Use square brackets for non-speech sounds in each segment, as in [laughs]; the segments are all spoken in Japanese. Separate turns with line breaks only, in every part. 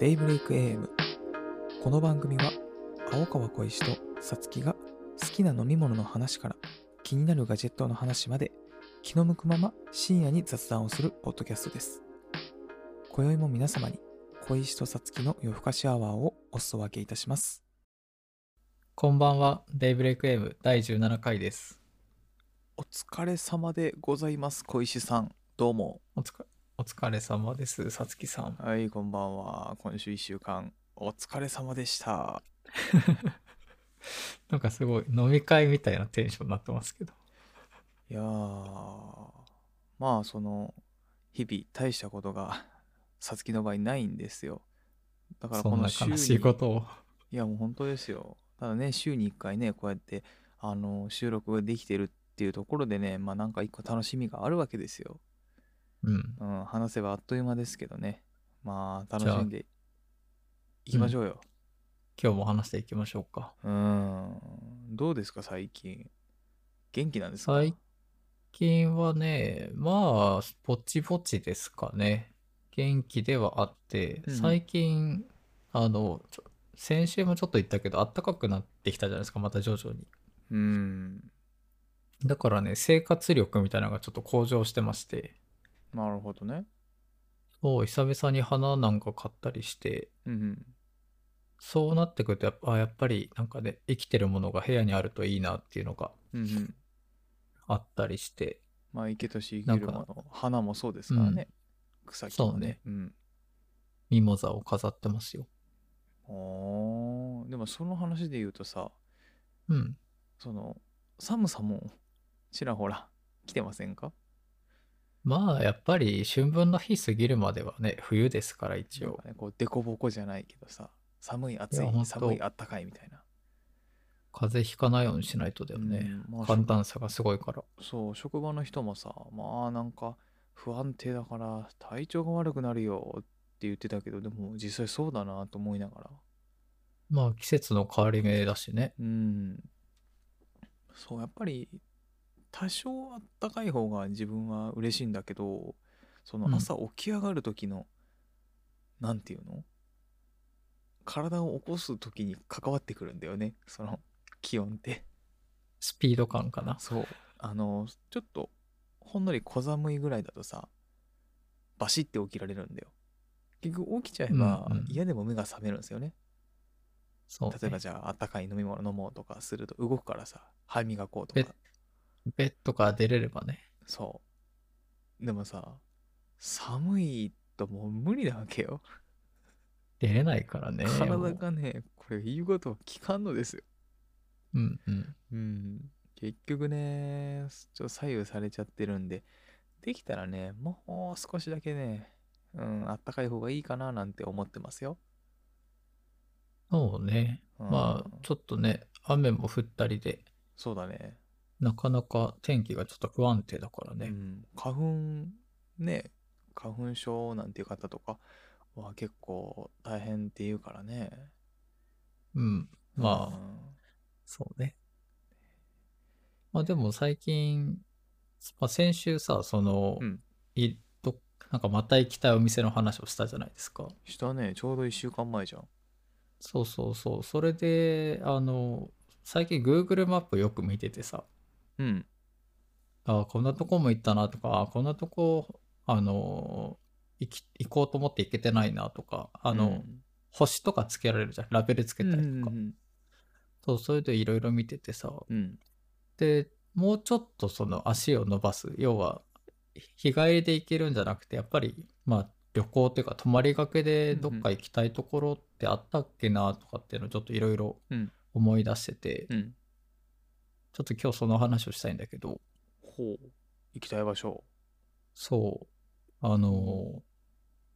デイブレイク AM この番組は青川小石とさつきが好きな飲み物の話から気になるガジェットの話まで気の向くまま深夜に雑談をするポッドキャストです今宵も皆様に小石とさつきの夜更かしアワーをお裾分けいたします
こんばんは、デイブレイクエム第17回です。
お疲れ様でございます小石さんどうも
おつかお疲れ様です、さつきさん。
はいこんばんは今週1週間お疲れ様でした
なんかすごい飲み会みたいなテンションになってますけど。
いやーまあその日々大したことがさつきの場合ないんですよだから
そ
こ
ん
の
な
週
悲
に
しいことを。
いやもう本当ですよただね週に1回ねこうやってあの収録ができてるっていうところでねまあなんか一個楽しみがあるわけですよ、
うん。
うん、話せばあっという間ですけどねまあ
じゃあ
楽しんでいきましょうよ
今日も話していきましょうか。
うんどうですか最近元気なんですか
最近はね、まあ、ぼちぼちですかね。元気ではあって、
うん
最近、あの、ちょ先週もちょっと言ったけど、暖かくなってきたじゃないですか、また徐々に。
うん
だからね、生活力みたいなのがちょっと向上してまして。
なるほどね
そう、久々に花なんか買ったりして、
うんうん
そうなってくるとやっぱ、あやっぱりなんかね、生きてるものが部屋にあるといいなっていうのが
うんうん
あったりして、
まあ、池とし生きるも
なん
の、花もそうですからね。草木も
そうね
ね。うん。
ミモザを飾ってますよ。
おーでもその話で言うとさ、
うん。
その、寒さもちらほら来てませんか
まあ、やっぱり春分の日過ぎるまではね、冬ですから一
なん
応
か。ね、こう、凸凹じゃないけどさ、寒い、暑
い
い
やほん、と
寒い、あったかいみたいな。
風邪ひかないようにしないとだよね。
うんまあ
寒暖差がすごいから。
そう、職場の人もさ、まあなんか不安定だから体調が悪くなるよって言ってたけど、でも実際そうだなと思いながら。
まあ、季節の変わり目だしね。
うん。そう、やっぱり多少あったかい方が自分は嬉しいんだけど、そ
うん
の朝起き上がる時の、なんていうの体を起こす時に関わってくるんだよね、その気温って。
スピード感かな。
そう。あの、ちょっと、ほんのり小寒いぐらいだとさ、バシって起きられるんだよ。結局起きちゃえば
うんうん
嫌でも目が覚めるんですよね。
そう、ね。
例えばじゃああったかい飲み物飲もうとかすると動くからさ歯磨こうと
え
か
ベッドから出れればね。
そうでもさ寒いともう無理なわけよ、
出れないからね。も
体
う
がねこれ言うことは聞かんのですよ
うんうん。
うん結局ねちょっと左右されちゃってるんでできたらねもう少しだけねうんあったかい方がいいかななんて思ってますよ、
そうね。
うん
まあ、ちょっとね、雨も降ったりで、
そうだね
なかなか天気がちょっと不安定だから
う
ね。
ん、花粉ね花粉症なんていう方とかは結構大変っていうからね
うん。まあ、
あ
そうね。まあでも最近、まあ、先週さ、その、
うん
いどなんかまた行きたいお店の話をしたじゃないですか。
したねちょうど1週間前じゃん
そうそうそう。それで、あの、最近 Google マップよく見ててさ、
うん
ああ、こんなとこも行ったなとか、ああこんなとこ、あの、行き行こうと思って行けてないなとか、あ
あ
の、星とかつけられるじゃん。ラベルつけたりと
う
か。
ん
そう、それでいろいろ見ててさ、
うんうん
で、もうちょっとその足を伸ばす、要は、日帰りで行けるんじゃなくて、やっぱり、まあ、旅行というか、泊まりがけでどっか行きたいところってあったっけなとかっていうのをちょっといろいろ
うん
思い出してて、
うんうん
ちょっと今日その話をしたいんだけど、
ほう行きたい場所
そう、あの、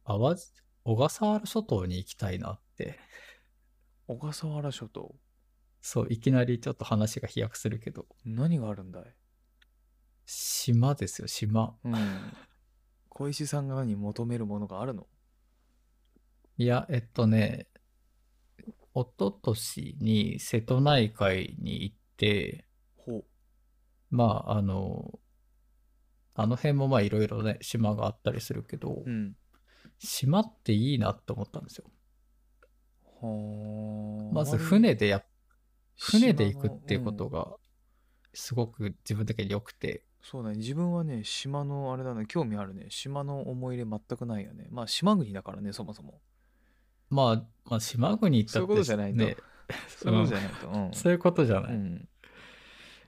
淡路、小笠原諸島に行きたいなって、
小笠原諸島
そう、いきなりちょっと話が飛躍するけど、
何があるんだい
島ですよ、島。
うん [laughs] 小石さんがに求めるものがあるの
いや、えっとね、一昨年に瀬戸内海に行って、
ほ
まあ、あの、あの辺もまあいろいろね、島があったりするけど
うう、ん
島っていいなって思ったんですよ。
はあ
まず船でやっ船で行くっていうこと、がすごく自分的に良くて、
島のうんそうだね自分はね島のあれだね興味あるね島の思い入れ全くないよねまあ島国だからねそもそも
まあ、まあ島国行っ
そ
た
うい
っ
うこと
て
じゃないと
ね
そういうことじ
[laughs]
ゃないと、うん
そういうことじゃない、
うん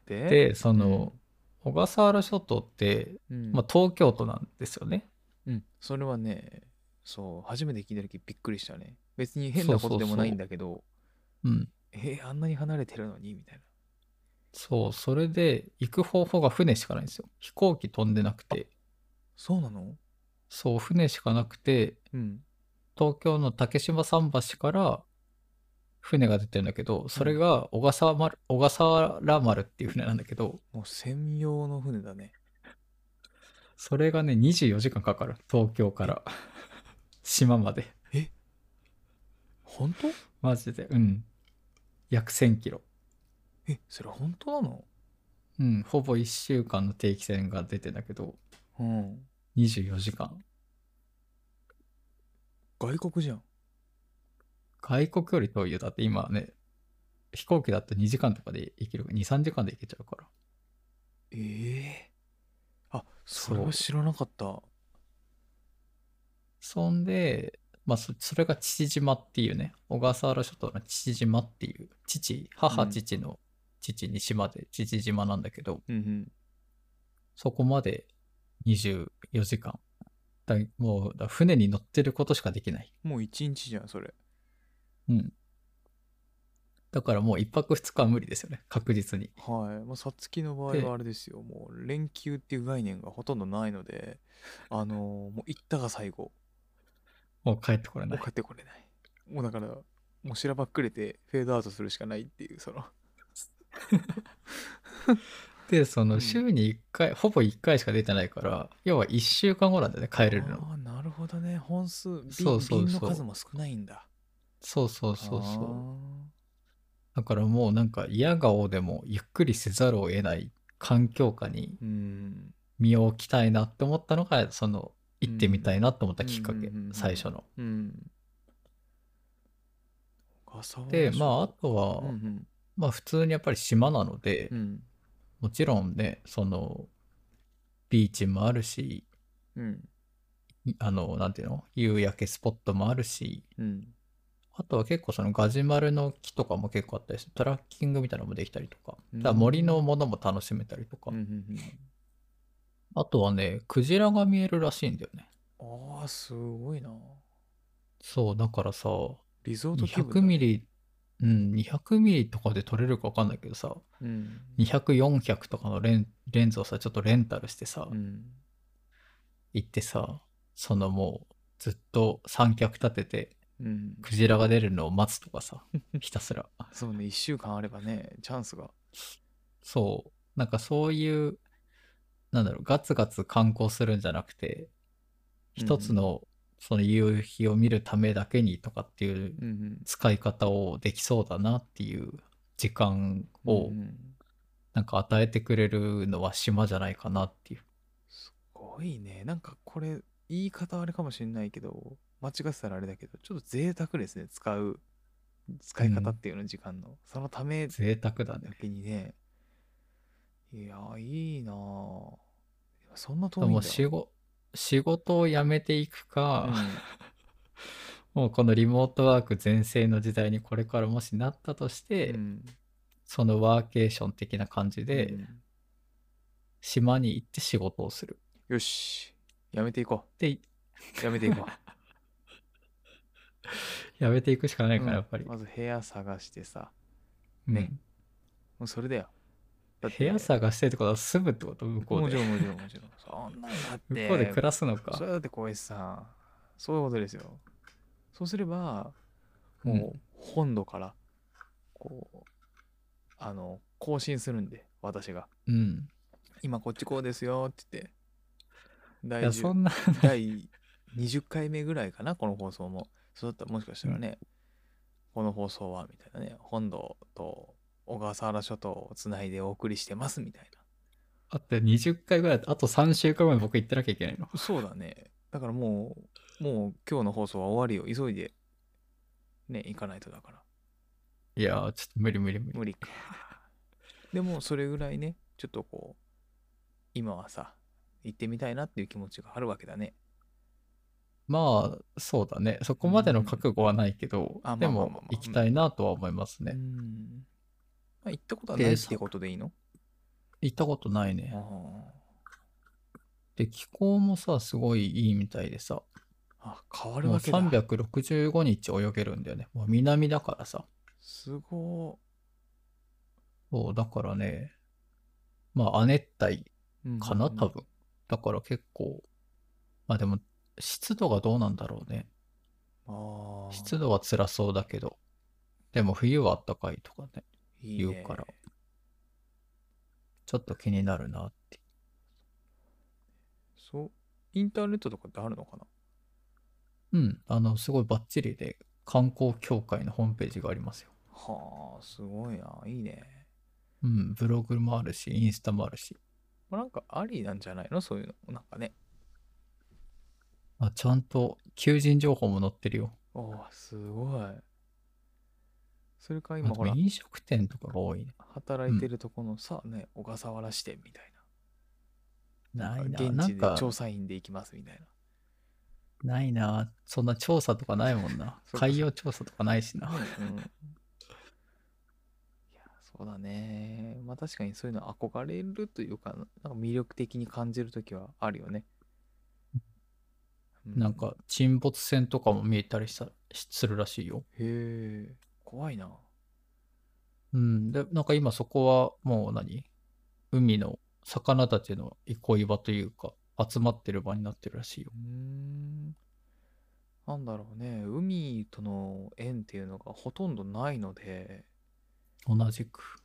で
でその、小笠原諸島って、
うんうん
まあ、東京都なんですよね
うん、それはねそう初めて聞いた時びっくりしたね別に変なことでもないんだけど
うん
えーあんなに離れてるのにみたいな
そうそれで行く方法が船しかないんですよ飛行機飛んでなくて
そうなの
そう船しかなくて
うん
東京の竹島桟橋から船が出てるんだけどそれが小笠丸小笠原丸っていう船なんだけど
もう専用の船だね
それがね24時間かかる東京から [laughs] 島まで
本当
マジでうん約1 0 0 0キロ
えそれ本当なの
うんほぼ1週間の定期船が出てんだけど
うん
24時間
外国じゃん
外国より遠いよだって今ね飛行機だと2時間とかで行ける23時間で行けちゃうから
ええあそれ
そ
は
う
知らなかった
そんで、まあ、そそれが父島っていうね、小笠原諸島の父島っていう、父、母、
うん
父の父に島で父島なんだけど、
うんうん
そこまで24時間。だもう、だ船に乗ってることしかできない。
もう一日じゃんそれ
うん。だからもう一泊二日は無理ですよね、確実に。
はいまあさつきの場合
で
はあれですよもう連休っていう概念がほとんどないのであのーもう行ったが最後
もう帰ってこれ
も
な
う
い。
帰ってこれないもうだからもうしらばっくれてフェードアウトするしかないっていうその
で、そうの
ん
週に1回、ほぼ1回しか出てないから、要は1週間後なんだよね、帰れるの。
あーなるほどね本数便
そうそうそう
便の数も少ないんだ
そうそうそうそう。
う
だからもうなんか嫌顔でもゆっくりせざるを得ない環境下に
うん
身を置きたいなって思ったのがその行ってみたいなと思ったきっか
うんう
け
んうんうん
最初の。
うん小笠原
で
諸
まああ
島
とは、
うん
まあ普通にやっぱり島なので、
うんうん
もちろんねそのビーチもあるし
うん
あのなんていうの夕焼けスポットもあるし
うん
あとは結構そのガジュマルの木とかも結構あったりしてトラッキングみたいなのもできたりとか
うん
だから森のものも楽しめたりとか、
うんうん
あとはねクジラが見えるらしいんだよね。
うんああすごいな
そう、だからさ、
リゾート気分
200ミリ、うん、200ミリとかで撮れるか分かんないけどさ、
リうん
200、400とかのレンレンズをさ、ちょっとレンタルしてさ、
うん
行ってさ、そのもう、ずっと三脚立てて、
うん
クジラが出るのを待つとか [laughs] さ、ひたすら。
そうね1週間あればねチャンスが
そう、なんかそういう、なんだろう、ガツガツ観光するんじゃなくて、一つの、その夕日を見るためだけにとかっていう
うんうん
使い方をできそうだなっていう時間を
うんうん
なんか与えてくれるのは島じゃないかなっていう。
すごいねなんかこれ言い方あれかもしれないけど間違ってたらあれだけどちょっと贅沢ですね使う使い方っていうの時間の、そのためだ
贅沢だね。
けにねいやいいなぁそんな遠いん
もう
だ
仕事仕事を辞めていく
うん
か、もうこのリモートワーク全盛の時代にこれからもしなったとして、
うん
そのワーケーション的な感じで、
うん
島に行って仕事をする。
よしやめていこ
で、
うやめて
[laughs]
いこ
辞めていくしかな
う、
いから、
うん
やっぱり。
まず部屋探してさ
うん
ねもうそれだよだって
部屋探してってことは住むってこと向こ
も
う
ちろ
で。
んもちろんもちろんそんなんだって
向こうで暮らすの
そ
か。
れはだって小石さんそういうことですよそうすれば
うん
もう本土からこう、あの更新するんで私が
うん。
今こっちこうですよって言って
い
第
や、
10
そんな、
第20回目ぐらいかなこの放送もそうだったらもしかしたらね、この放送はみたいなね本土と小笠原諸島をつないでお送りしてますみたい
あって20回ぐらい、あと3週間ぐらい僕行ってなきゃいけないの。
なそうだねだからもうもう今日の放送は終わりよ急いでね、行かないとだから。
いやー、ちょっと無理無理無理。
無
[laughs]
理か。でも、それぐらいね、ちょっとこう、今はさ、行ってみたいなっていう気持ちがあるわけだね。
まあ、そうだね。そこまでの覚悟はないけど
あまあ、
で
まあまあま
も
あ
行きたいなとは思います
う
ね。
ん。まあ、行ったことはないってことでいいの
行ったことないね。
あ
で、気候もさ、すごいいいみたいでさ、
ああ、変わる
もう
わけだ。
365日泳げるんだよね。もう南だからさ。
すご
そう、だからね、まあ、亜熱帯
ーうん
かな、多分。だから結構、まあでも、湿度がどうなんだろうね。
ああ。
湿度は辛そうだけど、でも冬は暖かいとかね、
いい
言
ね
うから、ちょっと気になるなって。
そう。インターネットとかってあるのかな
うん、あの、すごいバッチリで、観光協会のホームページがありますよ。
はあ、すごいな。いいね。
うん、ブログもあるし、インスタもあるし、
まあなんかありなんじゃないのそういうの。なんかね。
まあ、ちゃんと求人情報も載ってるよ。
おーすごい。それか
あ
今
と
ほら、
飲食店とかが多いね。
働いてるとこのさ、ね、小笠原支店みたいな。
ないな、
現
な
地
ん
で
か、
調査員で行きますみたいな。
ないな、そんな調査とかないもんな
[laughs] 。そうか
海洋調査とかないしな。
うん、いやそうだねまあ確かにそういうの憧れるというかなんか魅力的に感じる時はあるよね、う
なんか、沈没船とかも見えたりしたしするらしいよ。
へえ怖いな
うん。で、なんか今そこはもう何海の魚たちの憩い場というか、集まってる場になってるらしいよ
う。ーんなんだろうね海との縁っていうのがほとんどないので
同じく。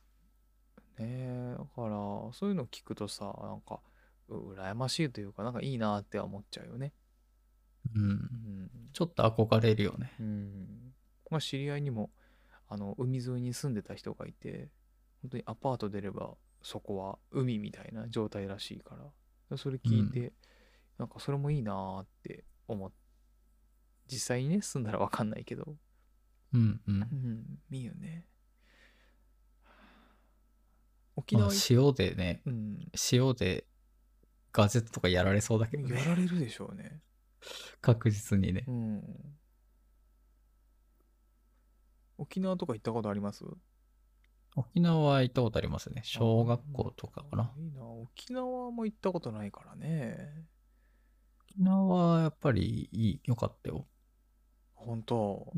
ねだからそういうの聞くとさなんかう羨ましいというかなんかいいなって思っちゃうよね
う。
うんん
ちょっと憧れるよね。
うんまあ、知り合いにもあの海沿いに住んでた人がいて本当にアパート出ればそこは海みたいな状態らしいからそれ聞いて、なんかそれもいいなーって思っ実際にね住んだら分かんないけど、
うん
う
う。
んん、いいよね沖
まあ
縄、行っ
塩でね、
うん
塩でガジェットとかやられそうだけど
や
ね。
られるでしょうね
確実にね
う。ん沖縄とか行ったことあります
沖縄は行ったことありますね。小学校とかかな。
いいな沖縄も行ったことないからね
沖縄はやっぱりいい、良かったよ。
本当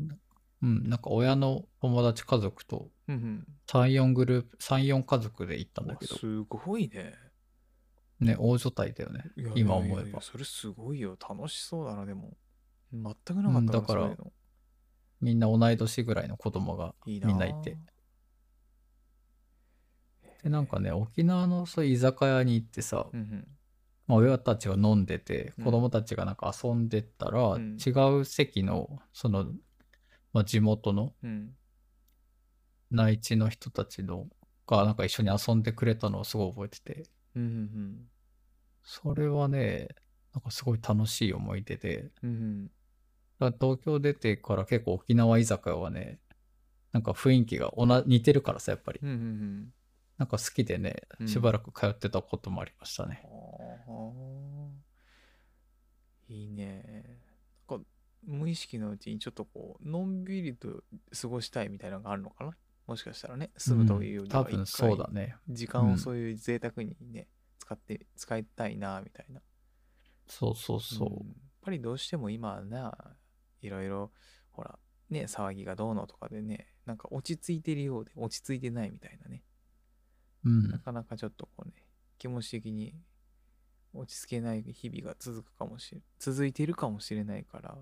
うん、なんか親の友達家族と
うんうん
3、4グループ、3、4家族で行ったんだけど
うわ、すごいね
ね、大所帯だよね
いや。
今
いやいや
思え
いや
ば。
それすごいよ楽しそうだなでも全くなかった
うんだから
そういうの
みんな同い年ぐらいの子供が
いいな
みんないて。で、なんかね、沖縄のそういう居酒屋に行ってさ、
うんうん
まあ、親たちが飲んでて
うん
子供たちがなんか遊んでたら、
うん
違う席のその、まあ、地元の
うん
内地の人たちのがなんか一緒に遊んでくれたのをすごい覚えてて
うんうん
それはねなんかすごい楽しい思い出で
うんうん
だから東京出てから結構沖縄居酒屋はねなんか雰囲気がおな似てるからさやっぱり
うんうんうん
なんか好きでね
うん
しばらく通ってたこともありましたね、
あーいいねなんか無意識のうちにちょっとこうのんびりと過ごしたいみたいなのがあるのかなもしかしたらね住むというよ
ん
り
多
は
分
一
そ
回
うだね
時間を
うん
そういう贅沢にね、使って使いたいなみたいな
そうそうそう、
んやっぱりどうしても今はないろいろほらね騒ぎがどうのとかでねなんか落ち着いてるようで落ち着いてないみたいなね
うん
なかなかちょっとこうね気持ち的に落ち着けない日々が続くかもしれ続いてるかもしれないから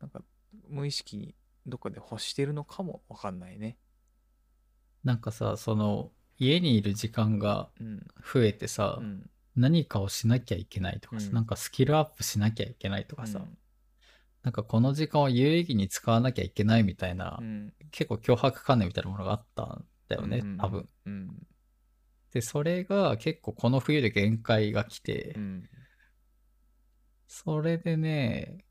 なんか無意識にどっかで欲してるのかもわかんないね
なんかさ、その、家にいる時間が
うん
増えてさ、
うん
何かをしなきゃいけないとかさ、
うん
なんかスキルアップしなきゃいけないとかさ、なんかこの時間を有意義に使わなきゃいけないみたいな、
うん
結構脅迫観念みたいなものがあったんだよね、多分。
うん
で、それが結構この冬で限界が来て、
うん
それでね、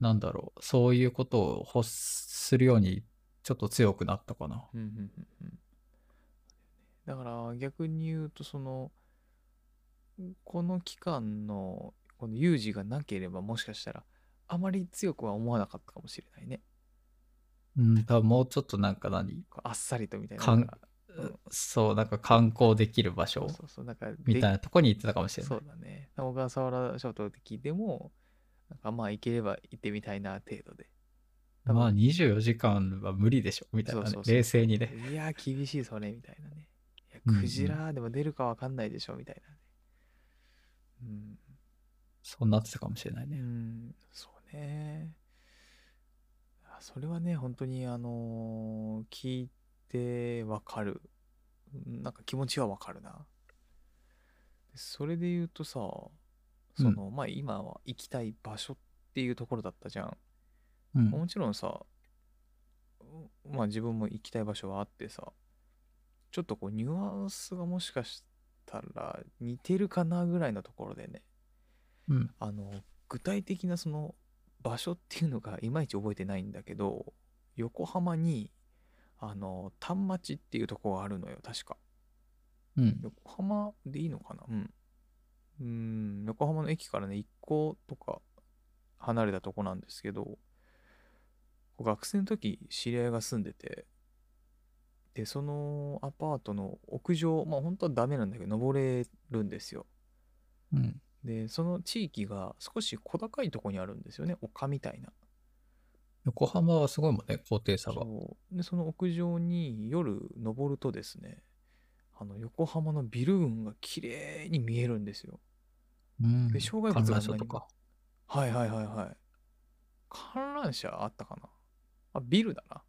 なんだろう、そういうことを欲するように、ちょっと強くなったかな。
うんうんうんうんだから逆に言うとそのこの期間のこの有事がなければもしかしたらあまり強くは思わなかったかもしれないね
うん、多分もうちょっとなんか何、
こうあっさりとみたいな
かん
なんかうん
そう、なんか観光できる場所
そうそうなんかで
みたいなとこに行ってたかもしれな
そ。
いう
だね小笠原諸島で聞いてもなんかまあ行ければ行ってみたいな程度で多分
まあ24時間は無理でしょ、みたいなね
そうそうそう
冷静にね。
いやー厳しいそれみたいなねいや
うんうん
クジラでも出るかわかんないでしょみたいなねうん
そうなってたかもしれないうね。
ん、そうね。あそれはね、本当に、あのー聞いてわかる。うんなんか気持ちはわかるな。でそれで言うとさ、その、まあ今は行きたい場所っていうところだったじゃん。
うん。
もちろんさ、まあ自分も行きたい場所はあってさ、ちょっとこうニュアンスがもしかしたら似てるかなぐらいのところでね、
うん
あの具体的なその場所っていうのがいまいち覚えてないんだけど横浜にあの丹町っていうとこがあるのよ確か
うん。
横浜でいいのかなうんうーん横浜の駅からね1個とか離れたとこなんですけど学生の時知り合いが住んでてでそのアパートの屋上まあ本当はダメなんだけど登れるんですよ
うん。
でその地域が少し小高いとこにあるんですよね丘みたいな
横浜はすごいもんね、高低差が。
そうでその屋上に夜登るとですねあの横浜のビル群が綺麗に見えるんですよ
うん。
で障害物が
観覧車とか。
はいはいはいはい観覧車あったかなあビルだな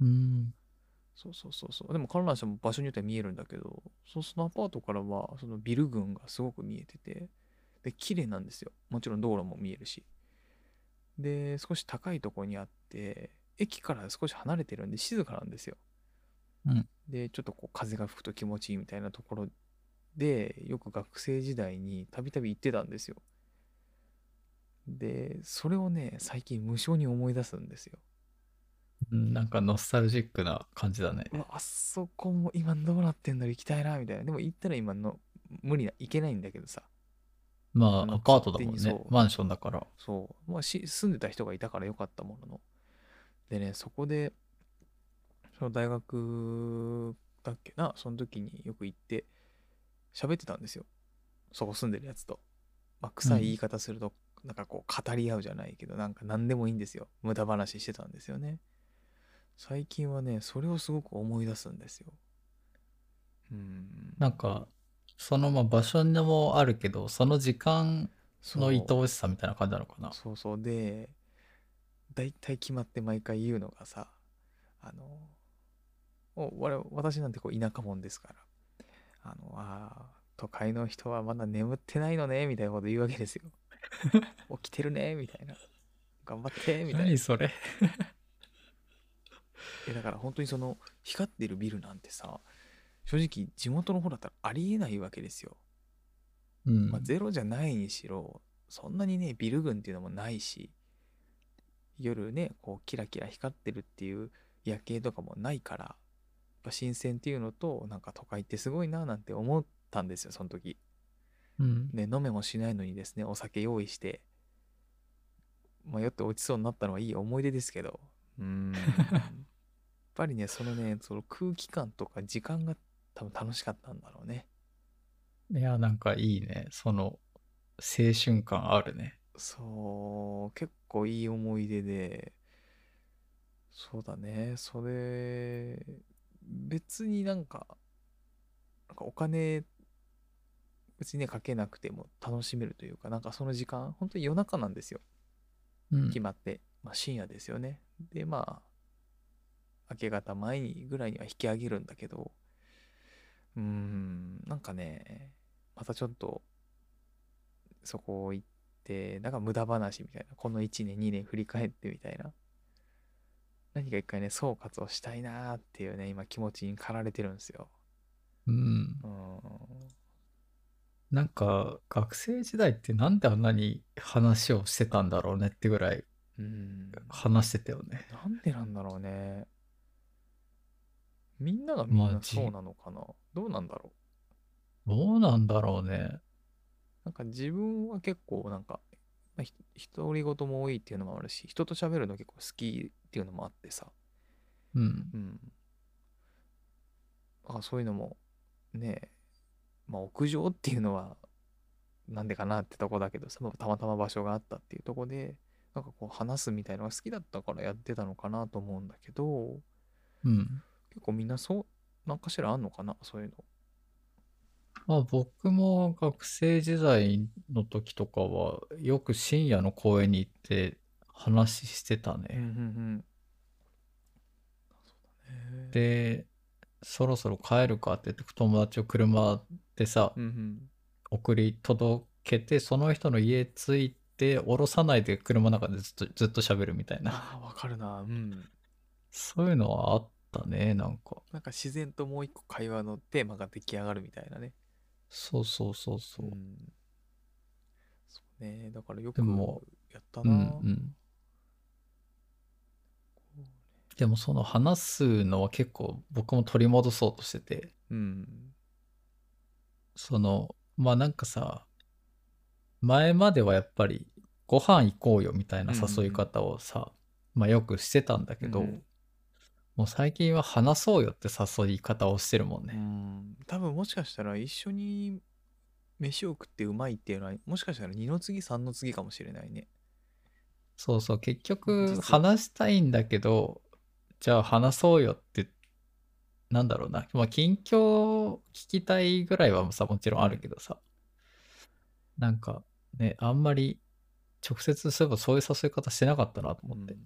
うん。
そうそうそうそうでも観覧車も場所によっては見えるんだけどそうそのアパートからはそのビル群がすごく見えててで綺麗なんですよもちろん道路も見えるしで少し高いとこにあって駅から少し離れてるんで静かなんですよ、
うん
でちょっとこう風が吹くと気持ちいいみたいなところでよく学生時代にたびたび行ってたんですよでそれをね最近無性に思い出すんですよ
うんなんかノスタルジックな感じだね。
うわあそこも今どうなってんだろう行きたいなみたいなでも行ったら今の無理な行けないんだけどさ
ま
あの
あ、アパートだもん
勝手
ね
にそ。う
マンションだから。
そう、まあ、し住んでた人がいたからよかったもののでねそこでその大学だっけなその時によく行って喋ってたんですよそこ住んでるやつと、まあ、臭い言い方すると、なんかこう語り合うじゃないけどなんか何でもいいんですよ無駄話してたんですよね最近はねそれをすごく思い出すんですようん
なんか、そのまあ場所にもあるけど、その時間
そう
の愛おしさみたいな感じなのかな。
そうそうで大体決まって毎回言うのがさあのお我々私なんてこう田舎者ですからあのあー都会の人はまだ眠ってないのねみたいなこと言うわけです
[laughs]
よ起きてるねみたいな頑張ってみたいな
何それ。
えだから本当にその光ってるビルなんてさ正直地元の方だったらありえないわけですよ
うん。
まあ、ゼロじゃないにしろそんなにねビル群っていうのもないし夜ねこうキラキラ光ってるっていう夜景とかもないからやっぱ新鮮っていうのとなんか都会ってすごいななんて思ったんですよその時
うん。
ね飲めもしないのにですねお酒用意して迷って落ちそうになったのはいい思い出ですけどうー
[laughs]
んやっぱりねそのねその空気感とか時間が多分楽しかったんだろうね
いや、なんかいいね。その、青春感あるね。
そう、結構いい思い出で、そうだね、それ、別になんか、なんかお金、別にね、かけなくても楽しめるというか、なんかその時間、本当に夜中なんですよ、
うん。
決まって。まあ深夜ですよね。で、まあ、明け方前にぐらいには引き上げるんだけど、うーん、なんかね、またちょっと、そこ行って、なんか無駄話みたいな、この1年、2年振り返ってみたいな、何か一回ね、総括をしたいなーっていうね、今気持ちに駆られてるんですよ。
うん
うーん。
なんか学生時代ってなんであんなに話をしてたんだろうねってぐらい
うん。
話してたよね。
なんでなんだろうね。みんながみん
まあ
な
じ
そうなのかな。どうなんだろう。
どうなんだろうね。
なんか自分は結構なんか、まあ、ひ独り言も多いっていうのもあるし、人と喋るの結構好きっていうのもあってさ。
うん。
うん。あそういうのも、ねえ、まあ屋上っていうのは、なんでかなってとこだけどさ、まあたまたま場所があったっていうとこで、なんかこう話すみたいのが好きだったからやってたのかなと思うんだけど、
うん。
結構みんなそう、なんかしらあんのかな、そういうの。
まあ僕も学生時代の時とかはよく深夜の公園に行って話してたね。
うんうんうん。そうだね。
で、そろそろ帰るかって言って友達を車でさ、
うんうん。
送り届けて、その人の家着いて、降ろさないで車の中でずっとずっと喋るみたいな。
ああ、わかるな。うん。
そういうのはあったね、なんか。
なんか自然ともう一個会話のテーマが出来上がるみたいなね。
そうそうそうそう。
ん、そうねだからよく
でも
やった
う
なん
うん。でもその話すのは結構僕も取り戻そうとしてて、
うん
その、まあなんかさ、前まではやっぱりご飯行こうよみたいな誘い方をさ、まあよくしてたんだけど、
うん
もう最近は話そうよって誘い方をしてるもん
う
ね。
ん多分もしかしたら一緒に飯を食ってうまいっていうのはもしかしたら二の次三の次かもしれないね
そうそう、結
実
局
は
話したいんだけど、じゃあ話そうよって、なんだろうな。まあ近況を聞きたいぐらいはさ、もちろんあるけどさ。なんかね、あんまり直接そういえばそういう誘い方してなかったなと思って
うん。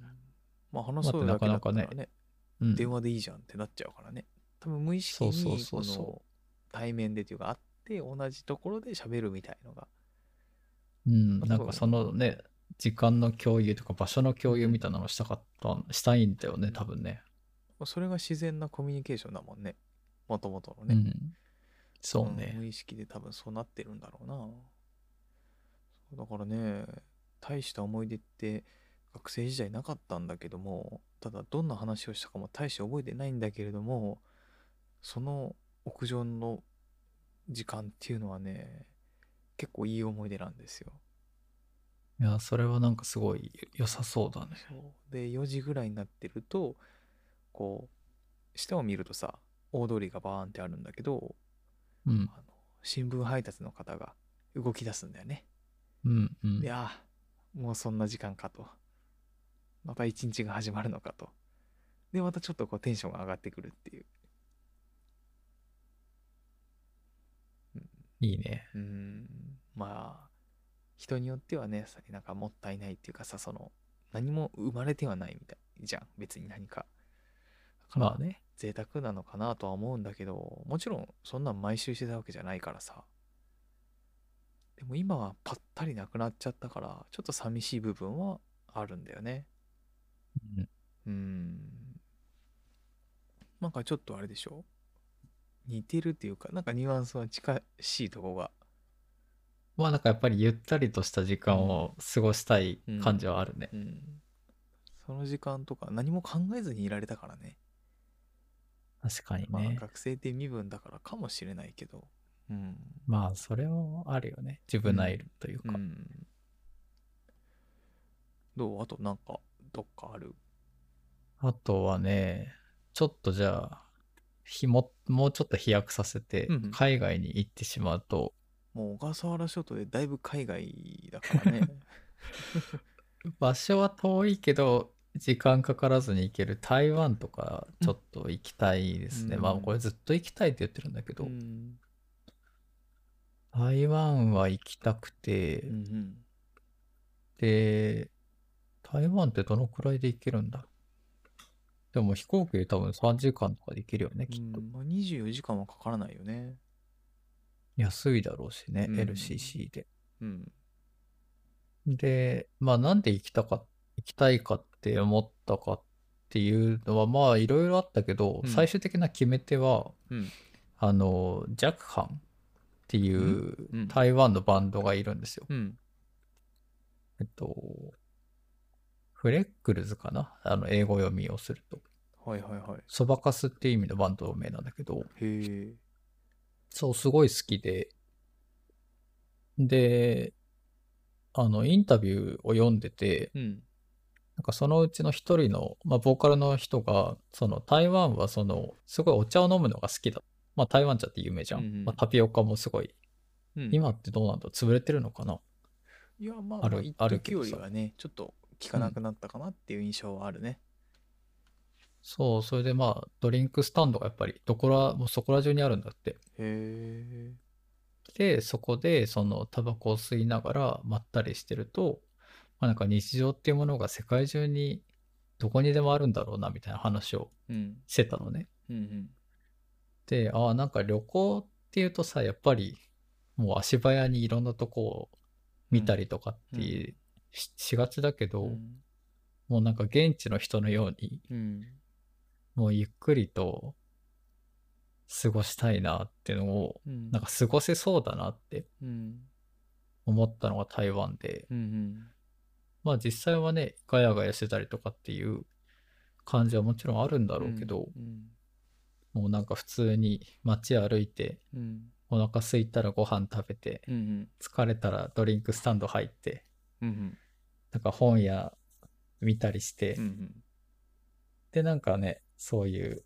まあ話そうよだけだったら
まあな
ね
かなかうん。
電話でいいじゃんってなっちゃうからね多分無意識にこ
そうそうそうそう
の対面でというか会って同じところで喋るみたいのが
うん、
まあ
な
多
ん
分
かそのね、時間の共有とか場所の共有みたいなのしたかった、したいんだよね、多分ね。
それが自然なコミュニケーションだもんねもともとの
う
ね、
ん。そう
うん
ね。
無意識で多分そうなってるんだろうなそうだからね大した思い出って学生時代なかったんだけどもただどんな話をしたかも大して覚えてないんだけれどもその屋上の時間っていうのはね結構いい思い出なんですよ
いや、それはなんかすごい良さそうだね。
そうで4時ぐらいになってるとこう下を見るとさ大通りがバーンってあるんだけど
うん。
あの新聞配達の方が動き出すんだよね
うん、うん。
いやーもうそんな時間かとまた一日が始まるのかとでまたちょっとこうテンションが上がってくるっていう
いいね。
うーんまあ人によってはねさなんかもったいないっていうかさその何も生まれてはないみたいじゃん別に何かだから
まあね。
贅沢なのかなとは思うんだけどもちろんそんなん毎週してたわけじゃないからさでも今はパッタリなくなっちゃったからちょっと寂しい部分はあるんだよね
うん
うんなんかちょっとあれでしょ似てるっていうかなんかニュアンスは近しいとこが
まあなんかやっぱりゆったりとした時間を過ごしたい感じはあるね。
うんその時間とか何も考えずにいられたからね
確かに
まあ
ね。
学生って身分だからかもしれないけどうん
まあそれもあるよね。ジュブナイルという
う
か。
んどうあとなんかどっかある
あとはね、ちょっとじゃあ、ひも、もうちょっと飛躍させて
うんうん、
海外に行ってしまうと、
もう小笠原諸島でだいぶ海外だからね
場所は遠いけど、時間かからずに行ける台湾とか、ちょっと行きたいですね。
うん
まあこれずっと行きたいって言ってるんだけど、
うん
台湾は行きたくて、
うんうん
で、台湾ってどのくらいで行けるんだでも飛行機で多分3時間とかで行けるよね、きっと。
うんまあ、24時間はかからないよね
安いだろうしね、
うん
LCC で。
うん
で、まあなんで行きたか、行きたいかって思ったかっていうのは、まあいろいろあったけど、
うん
最終的な決め手は、
うん
あの、ジャクハンってい
うんうん
う台湾のバンドがいるんですよ。
うん。
えっと、フレックルズかなあの、英語読みをすると。
はいはいはい。
そばかすっていう意味のバンド名なんだけど、
へえ。
そう、すごい好きで、で、あの、インタビューを読んでて、
うん。
なんかそのうちの一人の、まあ、ボーカルの人が、その台湾はその、すごいお茶を飲むのが好きだ。まあ、台湾茶って有名じゃん。
うんうん
まあ、タピオカもすごい。
うん、
今ってどうなんだろう潰れてるのかない
やまあ
あ
ま
る
あ一
ある
時
けど
よ
さ
りはねちょっと効かなくなったかなっていう印象はあるね、
そう、それでまあ、ドリンクスタンドがやっぱり、どこら、もうそこら中にあるんだって。
へえ
で、そこで、その、タバコを吸いながら、まったりしてると、まあ、なんか日常っていうものが世界中に、どこにでもあるんだろうな、みたいな話を
うん
してたのね。
うんうん
で、ああ、なんか旅行っていうとさ、やっぱりもう足早にいろんなとこを見たりとかって
う
し,、しがちだけど、
うん
もうなんか現地の人のように、
うん
もうゆっくりと過ごしたいなっていうのを、
うん
なんか過ごせそうだなって
うん
思ったのが台湾で、
うんうん
まあ実際はね、ガヤガヤしてたりとかっていう感じはもちろんあるんだろうけど、
うん
もうなんか普通に街歩いて、
うん
お腹空いたらご飯食べて、
うんうん
疲れたらドリンクスタンド入って、
うんうん
なんか本屋見たりして、
うんうん
で、なんかね、そういう、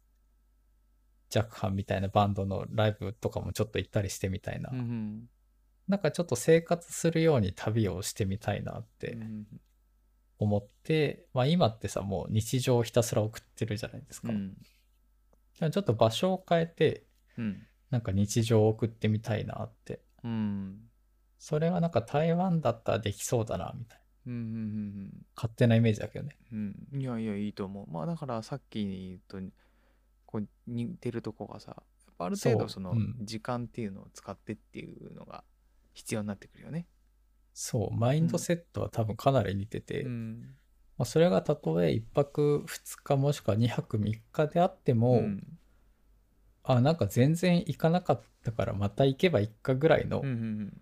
ジャクハンみたいなバンドのライブとかもちょっと行ったりしてみたいな、
うんうん
なんかちょっと生活するように旅をしてみたいなっ
う
て
ん
思って、まあ今ってさ、もう日常をひたすら送ってるじゃないですか。
う
だ
ん
からちょっと場所を変えて、
うん
なんか日常を送ってみたいなって。
うん
それはなんか台湾だったらできそうだな、みたいな。
うんうん
勝手なイメージだけどね。
うんうんいやいやいいと思うまあだからさっきとこう似てるとこがさやっぱある程
そ
度
う
その
うん
時間っていうのを使ってっていうのが必要になってくるよね、
そう、マインドセットは多分かなり似てて、
うん
まあ、それがたとえ1泊2日もしくは2泊3日であっても、
うん
あなんか全然行かなかったからまた行けばいっかぐらいの
うんうんうん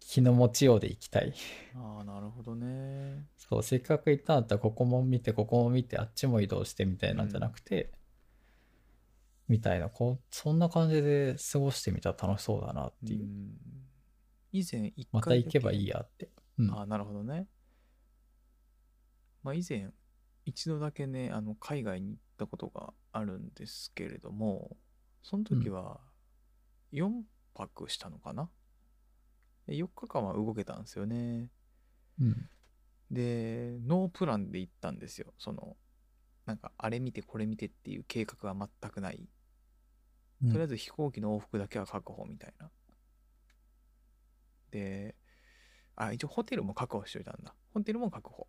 気の持ちようで行きたい、
ああなるほどね
そうせっかく行ったんだったらここも見てここも見てあっちも移動してみたいなんじゃなくて、みたいなこうそんな感じで過ごしてみたら楽しそうだなっていう、
ん以前一回
また行けばいい
や、
やって、うん、
ああなるほどねまあ以前一度だけねあの海外に行ったことがあるんですけれどもその時は4泊したのかな、で4日間は動けたんですよね
うん
でノープランで行ったんですよそのなんかあれ見てこれ見てっていう計画は全くない
うん
とりあえず飛行機の往復だけは確保みたいな。で、あ、一応ホテルも確保しといたんだ。ホテルも確保。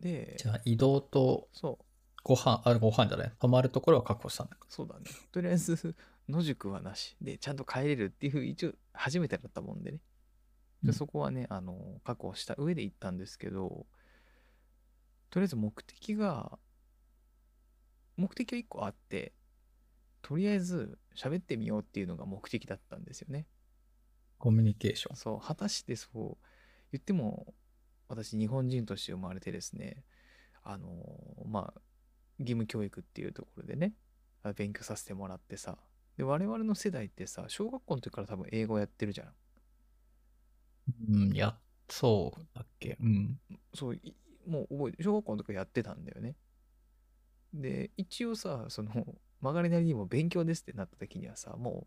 で、
じゃあ移動と
そう、
ご飯あご飯じゃない泊まるところは確保したんだ
そうだね。とりあえず、 [laughs] 野宿はなし。で、ちゃんと帰れるっていう、一応、初めてだったもんでね。
う
で
ん
そこはね、あの、確保した上で行ったんですけど、とりあえず目的が、目的は1個あって、とりあえず喋ってみようっていうのが目的だったんですよね。
コミュニケーション
そう、果たしてそう、言っても、私、日本人として生まれてですね、あの、まあ、義務教育っていうところでね、あ勉強させてもらってさ、で、我々の世代ってさ、小学校の時から多分英語やってるじゃん。
うん、やっ、そうだっけ。うん。
そう、いもう覚えて、小学校の時からやってたんだよね。で、一応さ、その、曲がりなりにも勉強ですってなった時にはさ、もう、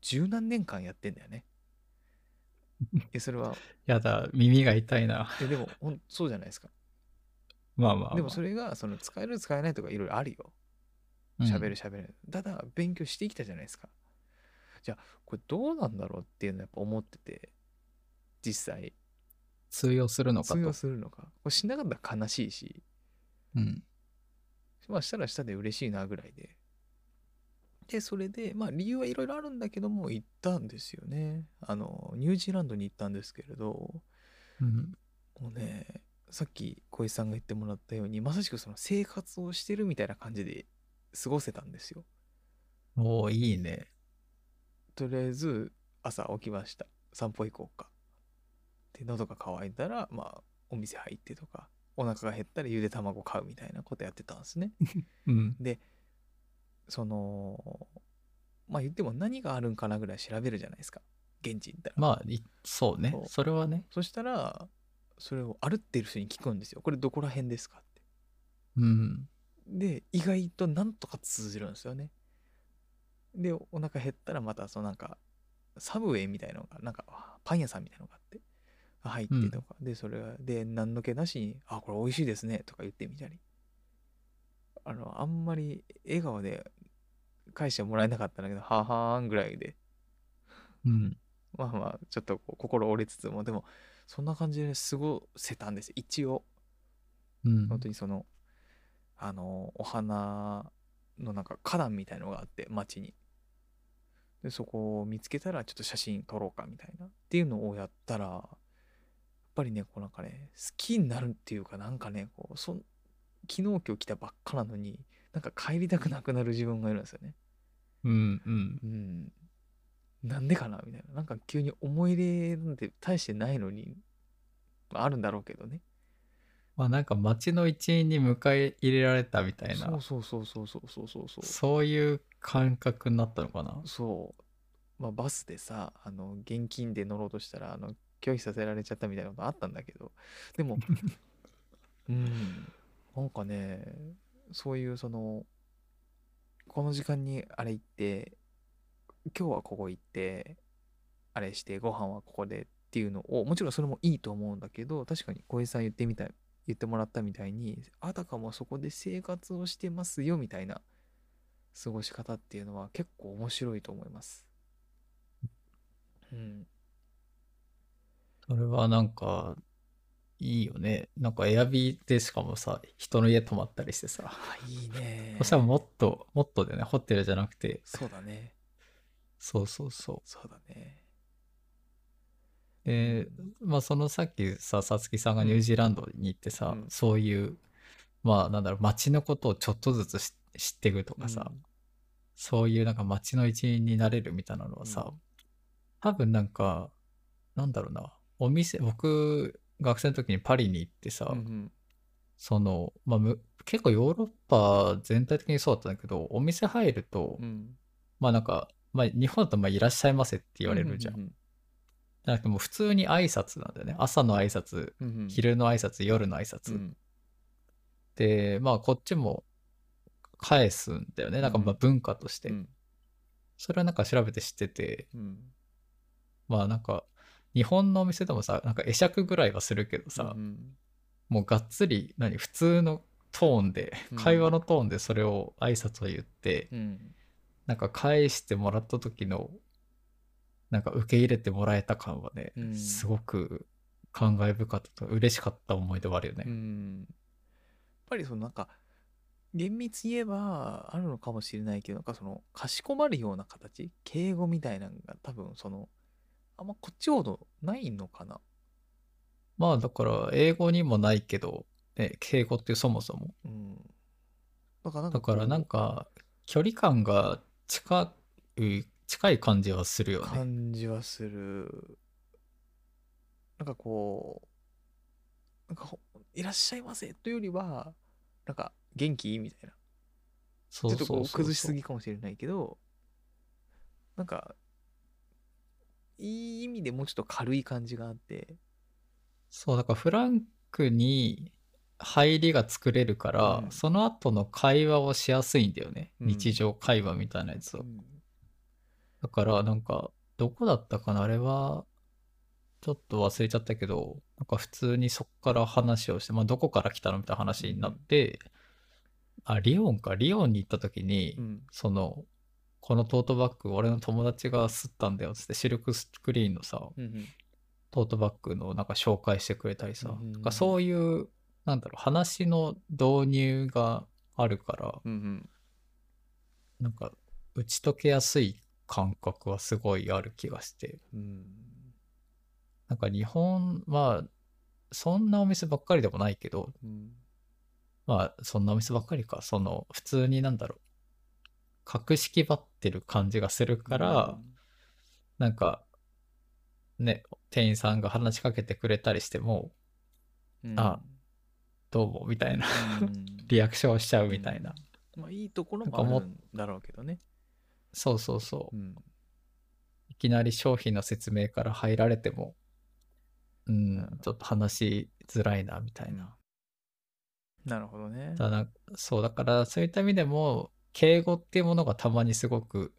十何年間やってんだよね。え、それは、
やだ、耳が痛いな。 [laughs]
え、でも、ほん、そうじゃないですか。
まあまあまあ。
でもそれがその使える使えないとかいろいろあるよ。
うん
喋る喋れない。ただ勉強してきたじゃないですか。じゃあこれどうなんだろうっていうのやっぱ思ってて実際
通用するのか
通
と。
用するのか。これしなかったら悲しいし
うん。
まあしたらしたで嬉しいなぐらいで。でそれでまあ理由はいろいろあるんだけども行ったんですよね。あのニュージーランドに行ったんですけれど
うん。
もうねさっき小石さんが言ってもらったようにまさしくその生活をしてるみたいな感じで過ごせたんですよ。
おーいいね。
とりあえず朝起きました散歩行こうかで喉が渇いたらまあお店入ってとかお腹が減ったらゆで卵買うみたいなことやってたん
[laughs]
ですね
うん。
そのまあ言っても何があるんかなぐらい調べるじゃないですか現地行ったら、
まあ、いそうね
そ。う
それはね。
そしたらそれを歩ってる人に聞くんですよこれどこら辺ですかって
うん。
で意外となんとか通じるんですよねでお腹減ったらまたそのなんかサブウェイみたいなのがなんかあパン屋さんみたいなのがあって入ってとか、でそれがで何の気なしに「あこれ美味しいですね」とか言ってみたりあのあんまり笑顔で返してもらえなかったんだけど「はーはーん」ぐらいで
うん。
まあまあちょっとこう心折れつつもでもそんな感じで過ごせたんですよ一応
うん。
本当にそのあのお花のなんか花壇みたいのがあって町にでそこを見つけたらちょっと写真撮ろうかみたいなっていうのをやったらやっぱりねこうなんかね好きになるっていうかなんかねこうそん昨日今日来たばっかなのになんか帰りたくなくなる自分がいるんですよね
うん。うん。
うんなんでかなみたいななんか急に思い入れなんて大してないのにまああるんだろうけどね
まあ、なんか街の一員に迎え入れられたみたいな、
そうそうそうそうそうそうそうそう
そういう感覚になったのかな。
そう、まあ、バスでさあの現金で乗ろうとしたらあの拒否させられちゃったみたいなことあったんだけどでもうんなんかねそういうそのこの時間にあれ行って今日はここ行ってあれしてご飯はここでっていうのをもちろんそれもいいと思うんだけど確かに小江さん言ってみた言ってもらったみたいにあたかもそこで生活をしてますよみたいな過ごし方っていうのは結構面白いと思います。うん、
それはなんか、いいよね。なんかエアビーでしかもさ、人の家泊まったりしてさ。
あいいね
そしたらもっと、もっとだよね、ホテルじゃなくて、
そうだね
そうそうそ
そうだね
う。で、まあそのさっきさ、さつきさんがニュージーランドに行ってさ、
うん
そういう、まあなんだろう、街のことをちょっとずつし知っていくとかさ、そういうなんか街の一員になれるみたいなのはさ、
うん
多分なんか、なんだろうな、お店、僕、学生の時にパリに行ってさ、
うんうん
その、まあ、む結構ヨーロッパ全体的にそうだったんだけど、お店入ると、
うん
まあなんか、まあ日本だとまあいらっしゃいませって言われるじゃん。
う
じ
ん
ゃなくてもう普通に挨拶なんだよね。朝の挨拶、
うんうんうん
昼の挨拶、夜の挨拶。
うん
で、まあこっちも返すんだよね。なんかまあ
うん
文化として。
うん
それはなんか調べて知ってて、
うん
まあなんか日本のお店でもさ、なんか会釈ぐらいはするけどさ、
うん
もうがっつり、何、普通のトーンで
うん、
会話のトーンでそれを挨拶を言って、
うん
なんか返してもらった時の、なんか受け入れてもらえた感はね、
うん
すごく感慨深かったと、嬉しかった思い出はあるよ
う
ね。
んやっぱりそのなんか厳密に言えばあるのかもしれないけどなんかそのかしこまるような形敬語みたいなのが多分そのあんまこっちほどないのかな
まあだから、英語にもないけど、ね、敬語ってそもそも。
うんだからなんか
だからなん
こ
か、距離感が近い、近い感じはする
う
よね。
感じはするなんかこうなんかほいらっしゃいませというよりはなんか元気みたいな
そう
ち
そ
ょっ
うそ
とこ
う
う崩しすぎかもしれないけどなんかいい意味でもうちょっと軽い感じがあって
そう、だからフランクに入りが作れるから、
うん
その後の会話をしやすいんだよね。
うん
日常会話みたいなやつを。
うん
だから、なんか、どこだったかなあれは、ちょっと忘れちゃったけど、なんか普通にそこから話をして、まあ、どこから来たのみたいな話になって、あ、リオンか。リオンに行った時に、
うん
その、このトートバッグ、俺の友達が吸ったんだよっつって、シルクスクリーンのさ、
うんうん
トートバッグのなんか紹介してくれたりさ、
うんうんうん
なんかそういう、なんだろう、話の導入があるから、
うんうん
なんか、打ち解けやすい感覚はすごいある気がして、
うん
なんか日本は、そんなお店ばっかりでもないけど、
うん
まあ、そんなお店ばっかりか、その、普通になんだろう、格式ばってる感じがするから、なんか、ね、店員さんが話しかけてくれたりしても、
うん
あどうも、みたいな、
うん
リアクションしちゃうみたいな。
うんまあ、いいところもあるんだろうけどね。
そうそうそう
う。ん
いきなり商品の説明から入られても、うん、ちょっと話しづらいな、みたいな。
なるほどね。
だなそう、だから、そういった意味でも、敬語っていうものがたまにすごく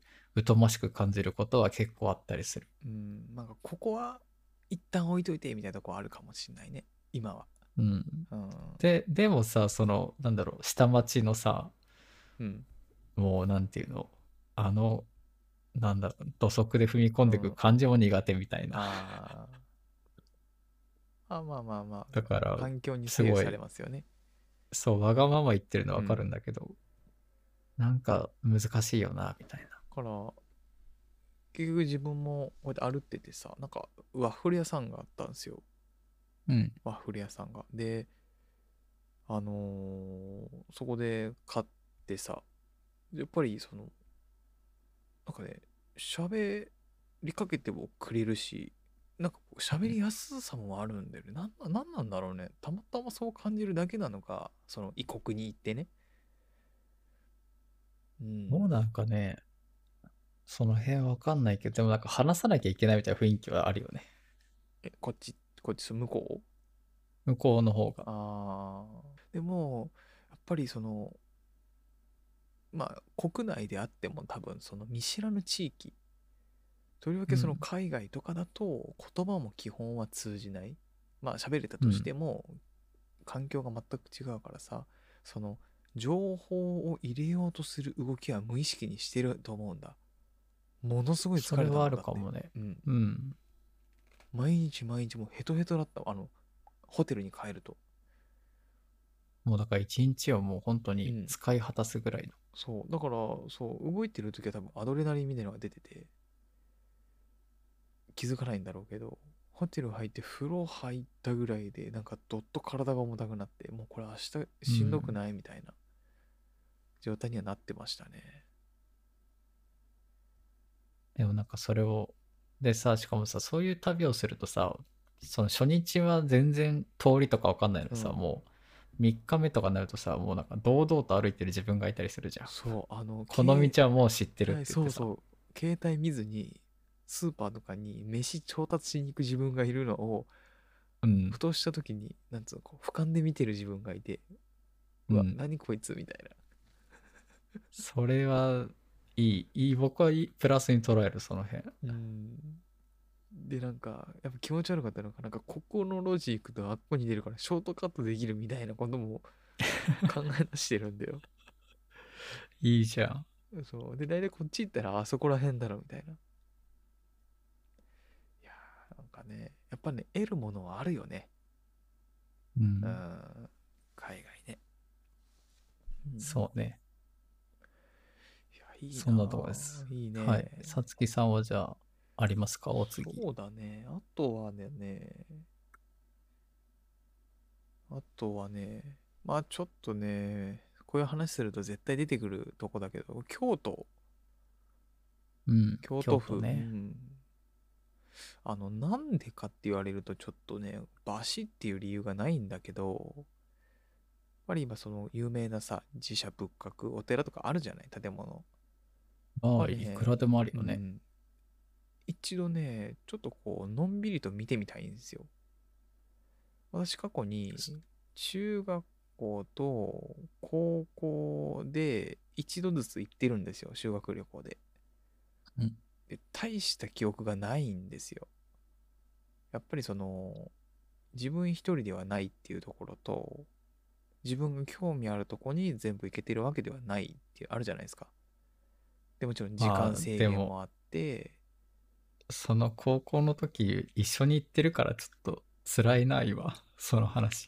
疎ましく感じることは結構あったりする。
うん、なんかここは一旦置いといてみたいなとこあるかもしれないね、今は。
うん。
うん。
で、でもさ、その、なんだろう、下町のさ、
うん、
もう、なんていうの、あの、なんだろう、土足で踏み込んでく感じも苦手みたいな。
あーあ。まあまあま
だか
あ、
ら、
環境に左右されますよね。
そう、わがまま言ってるのわかるんだけど、なんか難しいよな、みたいな。
だから、結局自分もこうやって歩っててさ、なんかワッフル屋さんがあったんですよ。
うん。
ワッフル屋さんが。で、あのーそこで買ってさ、やっぱりその、なんかね、喋りかけてもくれるし、なんかこう喋りやすさもあるんだよね。なんななんなんだろうね。たまたまそう感じるだけなのか、その異国に行ってね。うん。
もうなんかね、その辺わかんないけど、でもなんか話さなきゃいけないみたいな雰囲気はあるよね。
えこっち、こっち、向こう
向こうの方が。
あーでもやっぱりそのまあ国内であっても多分その見知らぬ地域とりわけそうの
ん
海外とかだと言葉も基本は通じない、まあ喋れたとしても環境が全く違うからさその情報を入れようとする動きは無意識にしてると思うんだものすごい疲
そ
れ
れ
たんだ
はある
って
かもね。
うん、
うん。
毎日毎日もうヘトヘトだったわあのホテルに帰ると
もうだから一日をもう本当
う
に
ん
使い果たすぐらいの。
そう、だから、そう、動いてる時は多分アドレナリンみたいなのが出てて、気づかないんだろうけど、ホテル入って風呂入ったぐらいで、なんかどっと体が重たくなって、もうこれ明日しんどくないみたいな状態にはなってましたね。
でもなんかそれを、でさ、しかもさ、そういう旅をするとさ、その初日は全然通りとかわかんないのにさ、
うん
もう3日目とかになるとさ、もうなんか堂々と歩いてる自分がいたりするじゃん。
そう、あの、
この
携
道はもう知ってるって
は
言
い
ってさ、
そうそう、携帯見ずに、スーパーとかに飯調達しに行く自分がいるのを、
うん
ふとした時に、なんつうの、こう、俯瞰で見てる自分がいて、うわ、
うん
何こいつみたいな。
それはいい、いい、僕はいい、プラスに捉える、その辺。
うんでなんかやっぱ気持ち悪かったのかなんかここの路地行くとあっこに出るからショートカットできるみたいなこと
[laughs]
も考え出してるんだよ
いいじゃん。
そうで大体こっち行ったらあそこら辺だろみたいないやーなんかねやっぱね得るものはあるよね
うん
うん、海外ね、うん
そうね。
いやいい
そんなとこです
あいいね
はい。さつきさんはじゃあ、ありますかお次。
そうだね。あとはね、あとはね、まあちょっとね、こういう話すると絶対出てくるとこだけど、京都、
うん。
京都府。
ね
う。んあの、なんでかって言われるとちょっとね、バシっていう理由がないんだけど、やっぱり今その有名なさ、寺社仏閣、お寺とかあるじゃない、建物。
まあ、
やっぱり
い
ね
くらでもあるよ
う
ね。
ん一度ねちょっとこうのんびりと見てみたいんですよ私過去に
す
中学校と高校で一度ずつ行ってるんですよ修学旅行で,、
うん
で大した記憶がないんですよやっぱりその自分一人ではないっていうところと自分が興味あるとこに全部行けてるわけではないっていうあるじゃないですかでもちろん時
まあ
間制
で
限
も
もあって
その高校の時、一緒に行ってるから、ちょっと辛いな、今。 [laughs] その話。